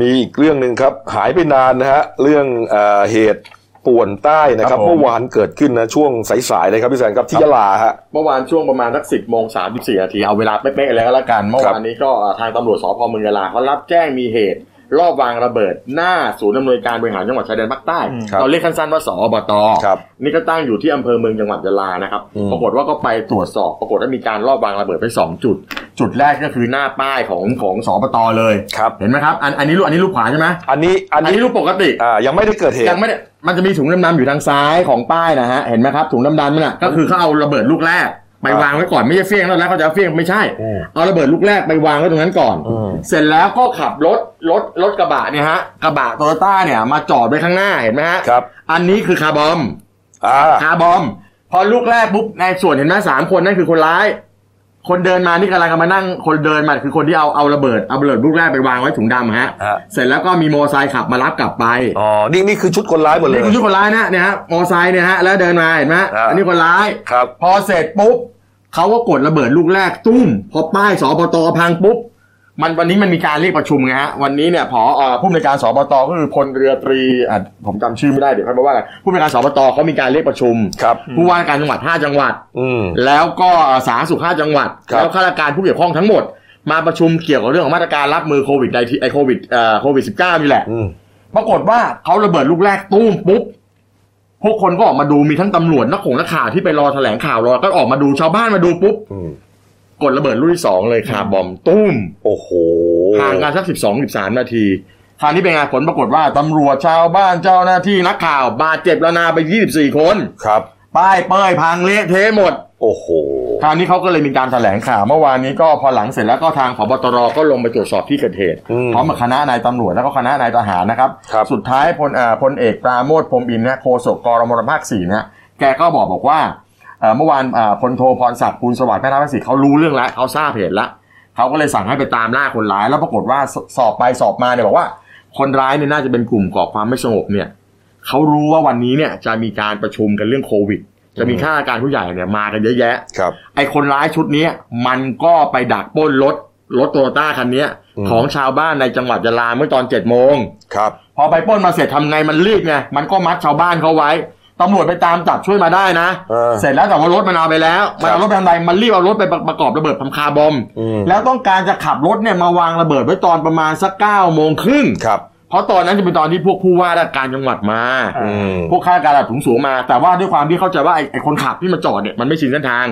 มีอีกเรื่องหนึ่งครับ หายไปนานนะฮะ เรื่องเอ่อเหตุป่วนใต้นะครับ เมื่อวานเกิดขึ้นนะช่วงสายๆเลยครับพี่แสนครับที่ยะลาฮะ
เมื่อวานช่วงประมาณสักสิบโมงสามสิบสี่นาทีเอาเวลาเป๊ะๆแล้วก็แล้วกัน เมื่อวานนี้ก็ทางตำรวจสพเมืองยะลาเขารับแจ้งมีเหตุ รอบวางระเบิดหน้าศูนย์อำนวยการบริหารจังหวัดชายแดนภาคใต้
อืม
เราเรียกสั้นๆว่าสอบต
ครับ
นี่ก็ตั้งอยู่ที่อำเภอเมืองจังหวัดยะลานะครับ
อืม
ปรากฏว่าก็ไปตรวจสอบปรากฏว่ามีการรอบวางระเบิดไปสองจุด จุดแรกก็คือหน้าป้ายของของสอบตเลย
ครับ
เห็นไหมครับอันอันนี้รูปอันนี้รูปขวาใช่ไหม
อันนี้อั
อั
น
น
นี้
นี้รูปปกติ
อ่ายังไม่ได้เกิดเหตุ
ยังไม่ได้มันจะมีถุงดำๆอยู่ทางซ้ายของป้ายนะฮะ เห็นไหมครับถุงดำๆนั่นน่ะก็คือเขาเอาระเบิดลูกแรก ไปวางไว้ก่อนไม่ใช่เฟี้ยงแล้วนะเขาจะเอาเฟี้ยงไม่ใช่
อืม
เอาระเบิดลูกแรกไปวางไว้ตรงนั้นก่อน
อืม
เสร็จแล้วก็ขับรถรถรถกระบะเนี่ยฮะกระบะโตโยต้าเนี่ยมาจอดไว้ข้างหน้าเห็นไหมฮะ
ครับ
อันนี้คือคาร์บอม
อ่า
คาร์บอม พอลูกแรกปุ๊บในส่วนเห็นไหมสามคนนั่นคือคนร้าย คนเดินมานี่กำลังมานั่งคนเดินมาคือคนที่เอาเอาระเบิดเอาระเบิดลูกแรกไปวางไว้ถุงดำฮะ
ฮะ
เสร็จแล้วก็มีมอไซค์ขับมารับกลับไป
อ๋อนี่นี่คือชุดคนร้ายหมดเลย
นี่คือชุดคนร้ายนะเนี่ยฮะมอไซค์เนี่ยฮะแล้วเดินมาเห็นไหม
ฮะ
อันนี้คนร้าย
ครับ
พอเสร็จปุ๊บเขาก็กดระเบิดลูกแรกตุ้ม พอป้ายสปตพังปุ๊บ มันวันนี้มันมีการเรียกประชุมไงฮะวันนี้เนี่ยพอเอ่อผู้ในวยการสปตก็คือพลเรือตรีอ่ะผมจำชื่อไม่ได้เดี๋ยวค่อยมาว่ากันผู้ในวยการสปตเขามีการเรียกประชุม
ครับ
ผู้ว่าการจังหวัด 5 จังหวัด
อืม
แล้วก็เอ่อสาธารณสุข 5 จังหวัด
ครับ
แล้วข้าราชการผู้เกี่ยวข้องทั้งหมด มาประชุมเกี่ยวกับเรื่องของมาตรการรับมือโควิดในไอโควิดเอ่อโควิด19นี่แหละ
อืม
ปรากฏว่าเขาระเบิดลูกแรกตู้มปุ๊บ พวกคนก็ออกมาดูมีทั้งตำรวจนักขงนักข่าวที่ไปรอแถลงข่าวรอก็ออกมาดูชาวบ้านมาดูปุ๊บ
อืม
กดระเบิดลูกที่สองเลยคาร์บอมตุ้ม
โอ้โห
ห่างกันสักสิบสองสิบสามนาที คราวนี้เป็นไงผลปรากฏว่าตำรวจชาวบ้านเจ้าหน้าที่นักข่าวบาดเจ็บระนาไปยี่สิบสี่คน
ครับ
ป้ายเป้ยพังเละเทะหมด
โอ้โห
คราวนี้เขาก็เลยมีการแถลงข่าวเมื่อวานนี้ก็พอหลังเสร็จแล้วก็ทางผบตรก็ลงไปตรวจสอบที่เกิดเหตุ
อืม
พร้อมกับคณะนายตำรวจแล้วก็คณะนายทหารนะครับ
ครับ
สุดท้ายพลเอ่อพลเอกปราโมทพรหมอินทร์นะโฆษกกรมรภาคสี่นะแกก็บอกบอกว่าเอ่อเมื่อวานเอ่อพลโทพรศักดิ์ภูลสวัสดิ์แม่ทัพภาคสี่เขารู้เรื่องแล้วเขาทราบเหตุแล้วเขาก็เลยสั่งให้ไปตามล่าคนร้าย แล้วปรากฏว่าสสอบไปสอบมาเนี่ยบอกว่า คนร้ายเนี่ยน่าจะเป็นกลุ่มก่อความไม่สงบเนี่ย เขารู้ว่าวันนี้เนี่ยจะมีการประชุมกันเรื่องโควิด จะมี
อืม
ข้าราชการผู้ใหญ่เนี่ยมากันเยอะแยะ
ครับ
ไอคนร้ายชุดเนี้ยมันก็ไปดักปล้นรถรถโตโยต้าคันเนี้ย
อืม
ของชาวบ้านในจังหวัดยะลาเมื่อตอนเจ็ดโมง
ครับ
พอไปปล้นมาเสร็จทำไงมันรีบไงมันก็มัดชาวบ้านเขาไว้ตำรวจไปตามจับช่วยมาได้นะ
เออ
เสร็จแล้วแต่ว่ารถมันเอาไปแล้วมันเอารถไปทำไรมันรีบเอารถไปประประกอบระเบิดทำคาร์บอม
อืม
แล้วต้องการจะขับรถเนี่ยมาวางระเบิดไว้ตอนประมาณสักเก้าโมงครึ่ง
ครับ
เพราะตอนนั้นจะเป็นตอนที่พวกผู้ว่าราชการจังหวัดมา
อืม
พวกข้าราชการระดับสูงๆมา แต่ว่าด้วยความที่เข้าใจว่าไอ้ไอ้คนขับที่มาจอดเนี่ยมันไม่ชินเส้นทาง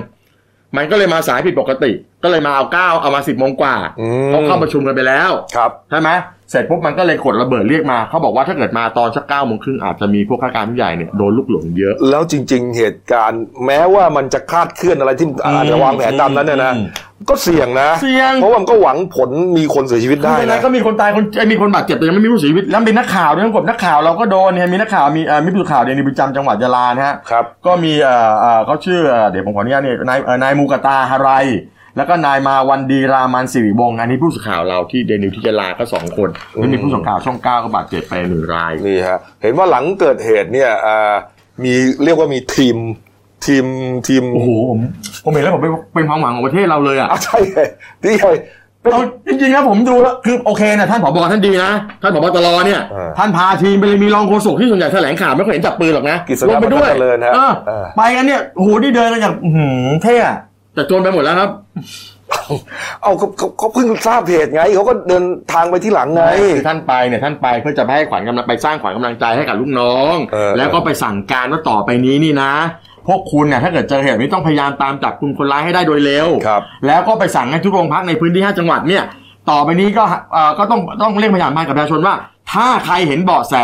มันก็เลยมาสายผิดปกติ ก็เลยมาเอาเก้าเอามาสิบโมงกว่า
อืม
เขาเข้าประชุมกันไปแล้ว
ครับ
ใช่ไหมเสร็จปุ๊บมันก็เลยกดระเบิดเรียกมาเขาบอกว่าถ้าเกิดมาตอนสักเก้าโมงครึ่งอาจจะมีพวกข้าราชการผู้ใหญ่เนี่ยโดนลูกหลงเยอะ
แล้วจริง ๆ เหตุการณ์ แม้ว่ามันจะคลาดเคลื่อนอะไรที่อาจจะวางแผนตามนั้นเนี่ยนะ
อืม
ก็เสี่ยงนะ
เสี่ยง
เพราะว่ามันก็หวังผลมีคนเสียชีวิตได้
คือในนั้
นะ
นก็มีคนตายคนเอ้ยมีคนบาดเจ็บแต่ยังไม่มีผู้เสียชีวิตแล้วมีนักข่าวด้วยนะผมนักข่าวเราก็โดนเนี่ยมีนักข่าวมีเอ่อมีผู้สื่อข่าวเนี่ยในประจำจังหวัดยะลานะฮะ
ครับ
ก็มีเอ่อเอ่อเขาชื่อเอ่อเดี๋ยวผมขออนุญาตเนี่ยนายเอ่อนายมูกตาฮารายแล้วก็นายมาวันดีรามันสิริวงศ์อันนี้ผู้สื่อข่าวเราที่เดนิวที่ยะลาก็สองคนแล้วมีผู้สื่อข่าวช่องเก้าก็บาดเจ็บไปหนึ่งราย
นี่ฮะ เห็นว่าหลังเกิดเหตุเนี่ยอ่ามีเรียกว่ามีทีม ทีม ทีม
โอ้โหผมผมเห็นแล้วผมเป็นเป็นความหวังของประเทศเราเลยอ่ะ
อ่ะใช่เลยนี่เลย
เอาจริงๆนะผมดูแล้วคือโอเคนะท่านผบท่านดีนะท่านผบตรเนี่ย
เออ
ท่านพาทีมไปเลยมีรองโฆษกที่ส่วนใหญ่แถลงข่าวไม่ค่อยเห็นจับปืนหรอกนะ
กฤษณะ
ลงไปด้วย
พัฒนาเจริญฮะ
เออ
เออ
ไปกันเนี่ยโอ้โหที่เดินกันอย่างอื้อหือเท่อะแต่โจรไปหมดแล้วครับ
เอาเขาเขาเขาเพิ่งทราบเหตุไง เขาก็เดินทางไปที่หลังไง
คือท่านไปเนี่ยท่านไปเพื่อจะไปให้ขวัญกำลังไปสร้างขวัญกำลังใจให้กับลูกน้อง
เออ
แล้วก็ไปสั่งการว่าต่อไปนี้นี่นะ พวกคุณเนี่ยถ้าเกิดเจอเหตุนี้ต้องพยายามตามจับกลุ่มคนร้ายให้ได้โดยเร็ว
ครับ
แล้วก็ไปสั่งให้ทุกโรงพักในพื้นที่ 5 จังหวัดเนี่ยต่อไปนี้ก็เอ่อก็ต้องต้องเร่งพยายามให้กับประชาชนว่า ถ้าใครเห็นเบาะแส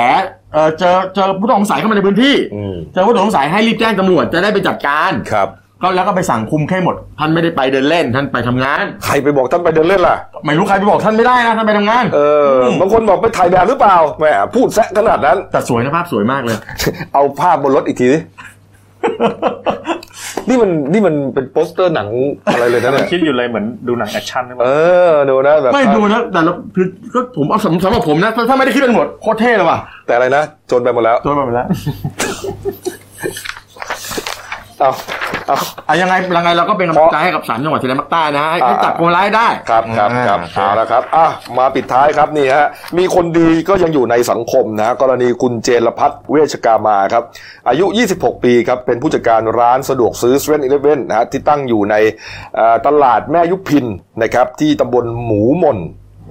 เอ่อเจอเจอผู้ต้องสงสัยเข้ามาในพื้นที่
อืม
เจอผู้ต้องสงสัยให้รีบแจ้งตำรวจจะได้ไปจัดการ
ครับ
ก็แล้วก็ไปสั่งคุมเข้มหมด ท่านไม่ได้ไปเดินเล่น ท่านไปทำงาน
ใครไปบอกท่านไปเดินเล่นล่ะ
ไม่รู้ใครไปบอกท่านไม่ได้นะท่านไปทำงาน
เอออบางคนบอกไปถ่ายแบบหรือเปล่าแหมพูดแซะขนาดนั้น
แต่สวยนะภาพสวยมากเลย
เอาภาพบนรถอีกที สินี่มันนี่มันเป็นโปสเตอร์หนังอะไรเลยนะเนี่ย
คิดอยู่เลยเหมือนดูหนังแอคชั่นหรือเป
เอ
ล่า
อดูนะแบบ
ไม่ดูนะแต่ละคือก็ผมเอาสำสำหรับผมนะถ้าไม่ได้คิดเป็นหมดโคตรเท่เลยว่ะ
แต่อะไรนะจนไปหมดแล้ว
โดนไปหมดแล้ว
เอาเอา
อ่ะยังไงยังไงเราก็เป็นกำลังใจให้กับสามจังหวัดชายแดนภาคใต้นะให้ให้จับคนร้ายได้
ครับครับครับ
อ่า
เอาละครับอ่ะมาปิดท้ายครับนี่ฮะมีคนดีก็ยังอยู่ในสังคมนะกรณีคุณเจรพัฒน์เวชกามาครับอายุ 26 ปีครับเป็นผู้จัดการร้านสะดวกซื้อเซเว่นอีเลฟเว่นนะฮะที่ตั้งอยู่ในเอ่อตลาดแม่ยุพินนะครับที่ตำบลหมูหมน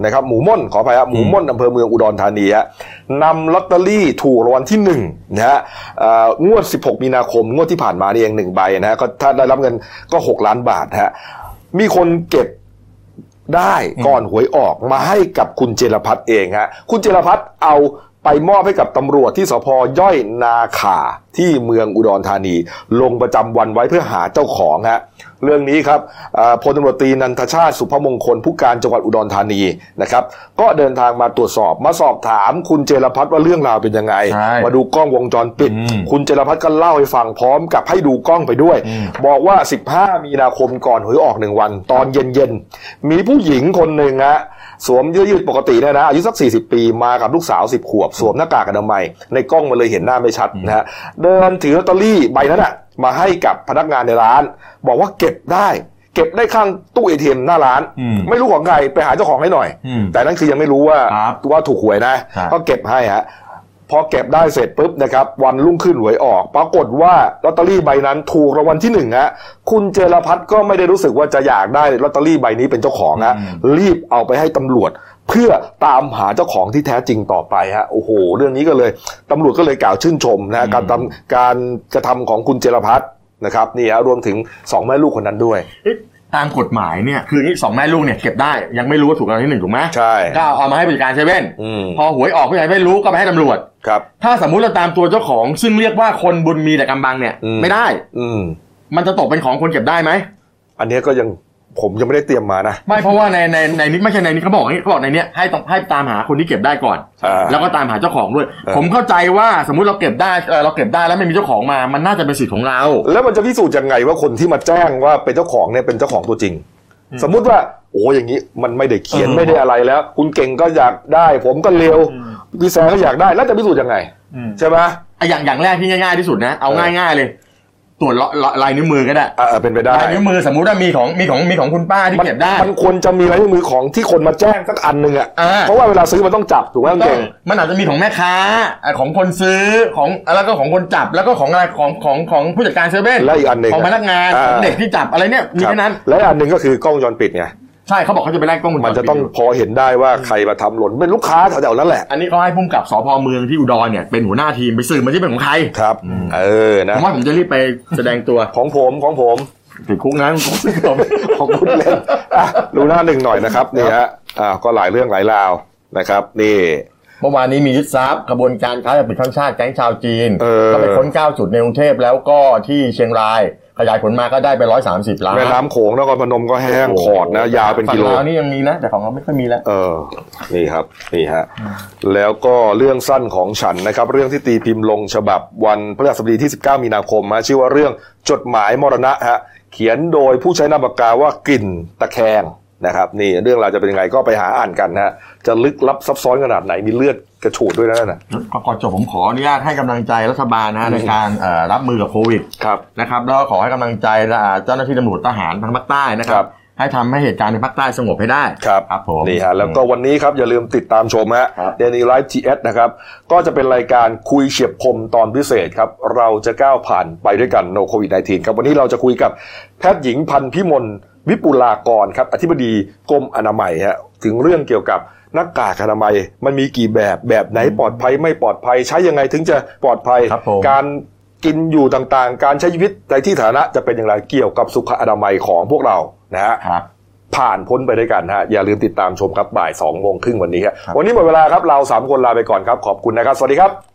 นะครับหมูหม่นขออภัยครับหมูหม่นอำเภอเมืองอุดรธานีฮะนำลอตเตอรี่ถูกรางวัลที่หนึ่งนะฮะเอ่องวด 16 มีนาคม งวดที่ผ่านมานี่เองหนึ่งใบนะฮะก็ถ้าได้รับเงินก็ 6 ล้านบาทฮะมีคนเก็บ ได้ก่อนหวยออกมาให้กับคุณเจรพัฒน์เองฮะคุณเจรพัฒน์เอาไปมอบให้กับตำรวจที่สพย่อยนาขาที่เมืองอุดรธานี ลงประจำวันไว้เพื่อหาเจ้าของฮะ เรื่องนี้ครับอ่าพลตำรวจตรีนันทชาติสุภมงคลผู้การจังหวัดอุดรธานีนะครับ ก็เดินทางมาตรวจสอบ มาสอบถามคุณเจรพัฒน์ว่าเรื่องราวเป็นยังไง
ใช่
มาดูกล้องวงจรปิด
อืม
คุณเจรพัฒน์ก็เล่าให้ฟังพร้อมกับให้ดูกล้องไปด้วย
อืม
บอกว่า 15 มีนาคมก่อนหวยออกหนึ่งวัน ตอนเย็นๆ มีผู้หญิงคนหนึ่งฮะสวมเยื้อยืดปกติเนี่ยนะอายุสัก 40 ปีมากับลูกสาว 10 ขวบ สวมหน้ากากอนามัย ในกล้องมันเลยเห็นหน้าไม่ชัดนะฮะเดินถือลอตเตอรี่ใบนั้นอะมาให้กับพนักงานในร้าน บอกว่าเก็บได้ เก็บได้ข้างตู้เอทีเอ็มหน้าร้าน
อืม
ไม่รู้ของใครไปหาเจ้าของให้หน่อย
อืม
แต่นั่นคือยังไม่รู้ว่า
ครับ
ว่าถูกหวยนะครับ ก็เก็บให้ฮะ พอเก็บได้เสร็จปุ๊บนะครับ วันรุ่งขึ้นหวยออก ปรากฏว่าลอตเตอรี่ใบนั้นถูกรางวัลที่หนึ่งฮะคุณเจรพัฒน์ก็ไม่ได้รู้สึกว่าจะอยากได้ลอตเตอรี่ใบนี้เป็นเจ้าของฮะ
อืม
รีบเอาไปให้ตำรวจ เพื่อตามหาเจ้าของที่แท้จริงต่อไปฮะโอ้โห เรื่องนี้ก็เลยตำรวจก็เลยกล่าวชื่นชมนะฮะการทำการกระทำของคุณเจรพัฒน์นะครับนี่ฮะรวมถึงสองแม่ลูกคนนั้นด้วย
ตามกฎหมายเนี่ยคืออย่างนี้สองแม่ลูกเนี่ยเก็บได้ยังไม่รู้ว่าถูกรางวัลที่หนึ่งถูกไหม
ใช่
ก็เอามาให้บริการเซเว่น
อืม
พอหวยออกผู้ใหญ่ไม่รู้ก็ไปให้ตำรวจ
ครับ
ถ้าสมมุติเราตามตัวเจ้าของ ซึ่งเรียกว่าคนบุญมีแต่กำบังเนี่ย
อืม
ไม่ได้
อืม
มันจะตกเป็นของคนเก็บได้ไหม
อันเนี้ยก็ยังผมยังไม่ได้เตรียมมานะ
ไม่เพราะว่าในในในนี้ไม่ใช่ในนี้เขาบอกอย่างนี้เขาบอกในเนี้ยให้ต้องให้ตามหาคนที่เก็บได้ก่อน
อ่า
แล้วก็ตามหาเจ้าของด้วย
ออ
ผมเข้าใจว่าสมมุติเราเก็บได้เอ่อเราเก็บได้แล้วไม่มีเจ้าของมามันน่าจะเป็นสิทธิ์ของเรา
แล้วมันจะพิสูจน์ยังไงว่าคนที่มาแจ้งว่าเป็นเจ้าของเนี่ยเป็นเจ้าของตัวจริง สมมุติว่า โอ้อย่างนี้มันไม่ได้เขียน
เออ
ไม่ได้อะไรแล้ว คุณเก่งก็อยากได้ ผมก็เลว
อืม
พี่แซงก็อยากได้แล้วจะพิสูจน์ยังไง
อืม
ใช่ไหม
ไอ้อย่างอย่างแรกที่ง่ายๆที่สุดนะเอา
เออ
ง่ายๆเลยตรวจเลาะเลาะลายนิ้วมือก็ได้
อ่าเป็นไปได้
ลายนิ้วมือสมมุติว่ามีของมีของมีของคุณป้าที่
มั
เก็บได้
มันควรจะมีลายนิ้วมือของที่คนมาแจ้งสักอันหนึ่งอ่ะ
อ่า
เพราะว่าเวลาซื้อมันต้องจับถูกไหมคุณ
ต้อ
เก่
ง
ง
มันอาจจะมีของแม่ค้าอ่ะของคนซื้อของแล้วก็ของคนจับแล้วก็ของอะไรของของของผู้จัดการเซเว่น
และอีกอันหนึ่ง
ของพนักงาน
อ่า
ของเด็กที่จับอะไรเนี่ยมี
ครับ
แค่นั้น
และอันหนึ่งก็คือกล้องวงจรปิดไง
ใช่เขาบอกเขาจะไปไล่กล้องวงจร
มัน
ปิด
จะต้อง
ดู
พอเห็นได้ว่าใครมาทำหล่นเป็นลูกค้าแถวๆนั้นแหละ
อันนี้เขาให้พุ่มกับสพเมืองที่อุดรเนี่ยเป็นหัวหน้าทีมไปสืบมาที่เป็นของใคร
ครับ เออ
ผ
นะ
มว่าผมจะรีบไปแสดง ตัว
ของผมของผม
ติดคุกนะผมผม
ขอบคุณเล่นอ่ะดูหน้าหนึ่งหน่อยนะครับนี่ฮะอ่าก็หลายเรื่องหลายราวนะครับ นี่
เมื่อวานนี้มียึดทรัพย์กระบวนการค้ายาเสพติดข้ามชาติแก๊งชาวจีน
เออ
ก็ไปค้น 9 จุดในกรุงเทพแล้วก็ที่เชียงราย ขยายผลมาก็ได้ไป 130 ล้าน
แม่น้ำโขงนครพนมก็แห้งขอดนะ ยาวเป็นกิโล
ฝั่งลาวนี่ยังมีนะ แต่ของเราไม่ค่อยมีแล้ว
เออ นี่ครับ นี่ฮะ แล้วก็เรื่องสั้นของฉันนะครับ เรื่องที่ตีพิมพ์ลงฉบับวันพฤหัสบดีที่ 19 มีนาคมฮะชื่อว่าเรื่องจดหมายมรณะฮะ เขียนโดยผู้ใช้นามปากกาว่ากลิ่นตะแคงนะครับ นี่เรื่องราวจะเป็นยังไงก็ไปหาอ่านกันนะฮะ จะลึกลับซับซ้อนขนาดไหน มีเลือดกระฉูดด้วยนะนั่นนะ
ก่อนจบผมขออนุญาตให้กำลังใจรัฐบาลนะฮะในการเอ่อรับมือกับโควิด
ครับ
นะครับแล้วก็ขอให้กำลังใจอ่าเจ้าหน้าที่ตำรวจทหารทางภาคใต้นะค
ครั
รับ
บ
ให้ทำให้เหตุการณ์ในภาคใต้สงบให้ได้
ครับ
ครับผม
นี่ฮะแล้วก็วันนี้ครับ อย่าลืมติดตามชมฮะ
ครับ
เดนีไลฟ์ทีเอสนะครับ ก็จะเป็นรายการคุยเฉียบคมตอนพิเศษครับ เราจะก้าวผ่านไปด้วยกันโนโควิด -19 ครับ วันนี้เราจะคุยกับแพทย์หญิงพันธ์พิมลวิปุลากรครับ อธิบดีกรมอนามัยฮะถึงเรื่องเกี่ยวกับหน้ากากอนามัย มันมีกี่แบบแบบไหนปลอดภัยไม่ปลอดภัย ใช้ยังไงถึงจะปลอดภัย
ครับผม
การกินอยู่ต่างๆ การใช้ชีวิตในที่ฐานะจะเป็นอย่างไรเกี่ยวกับสุขอนามัยของพวกเรานะฮะ
ครับ
ผ่านพ้นไปด้วยกันฮะ อย่าลืมติดตามชมครับบ่ายสองโมงครึ่งวันนี้ครับ
ครับ
วันนี้หมดเวลาครับ เราสามคนลาไปก่อนครับ ขอบคุณนะครับ สวัสดีครับ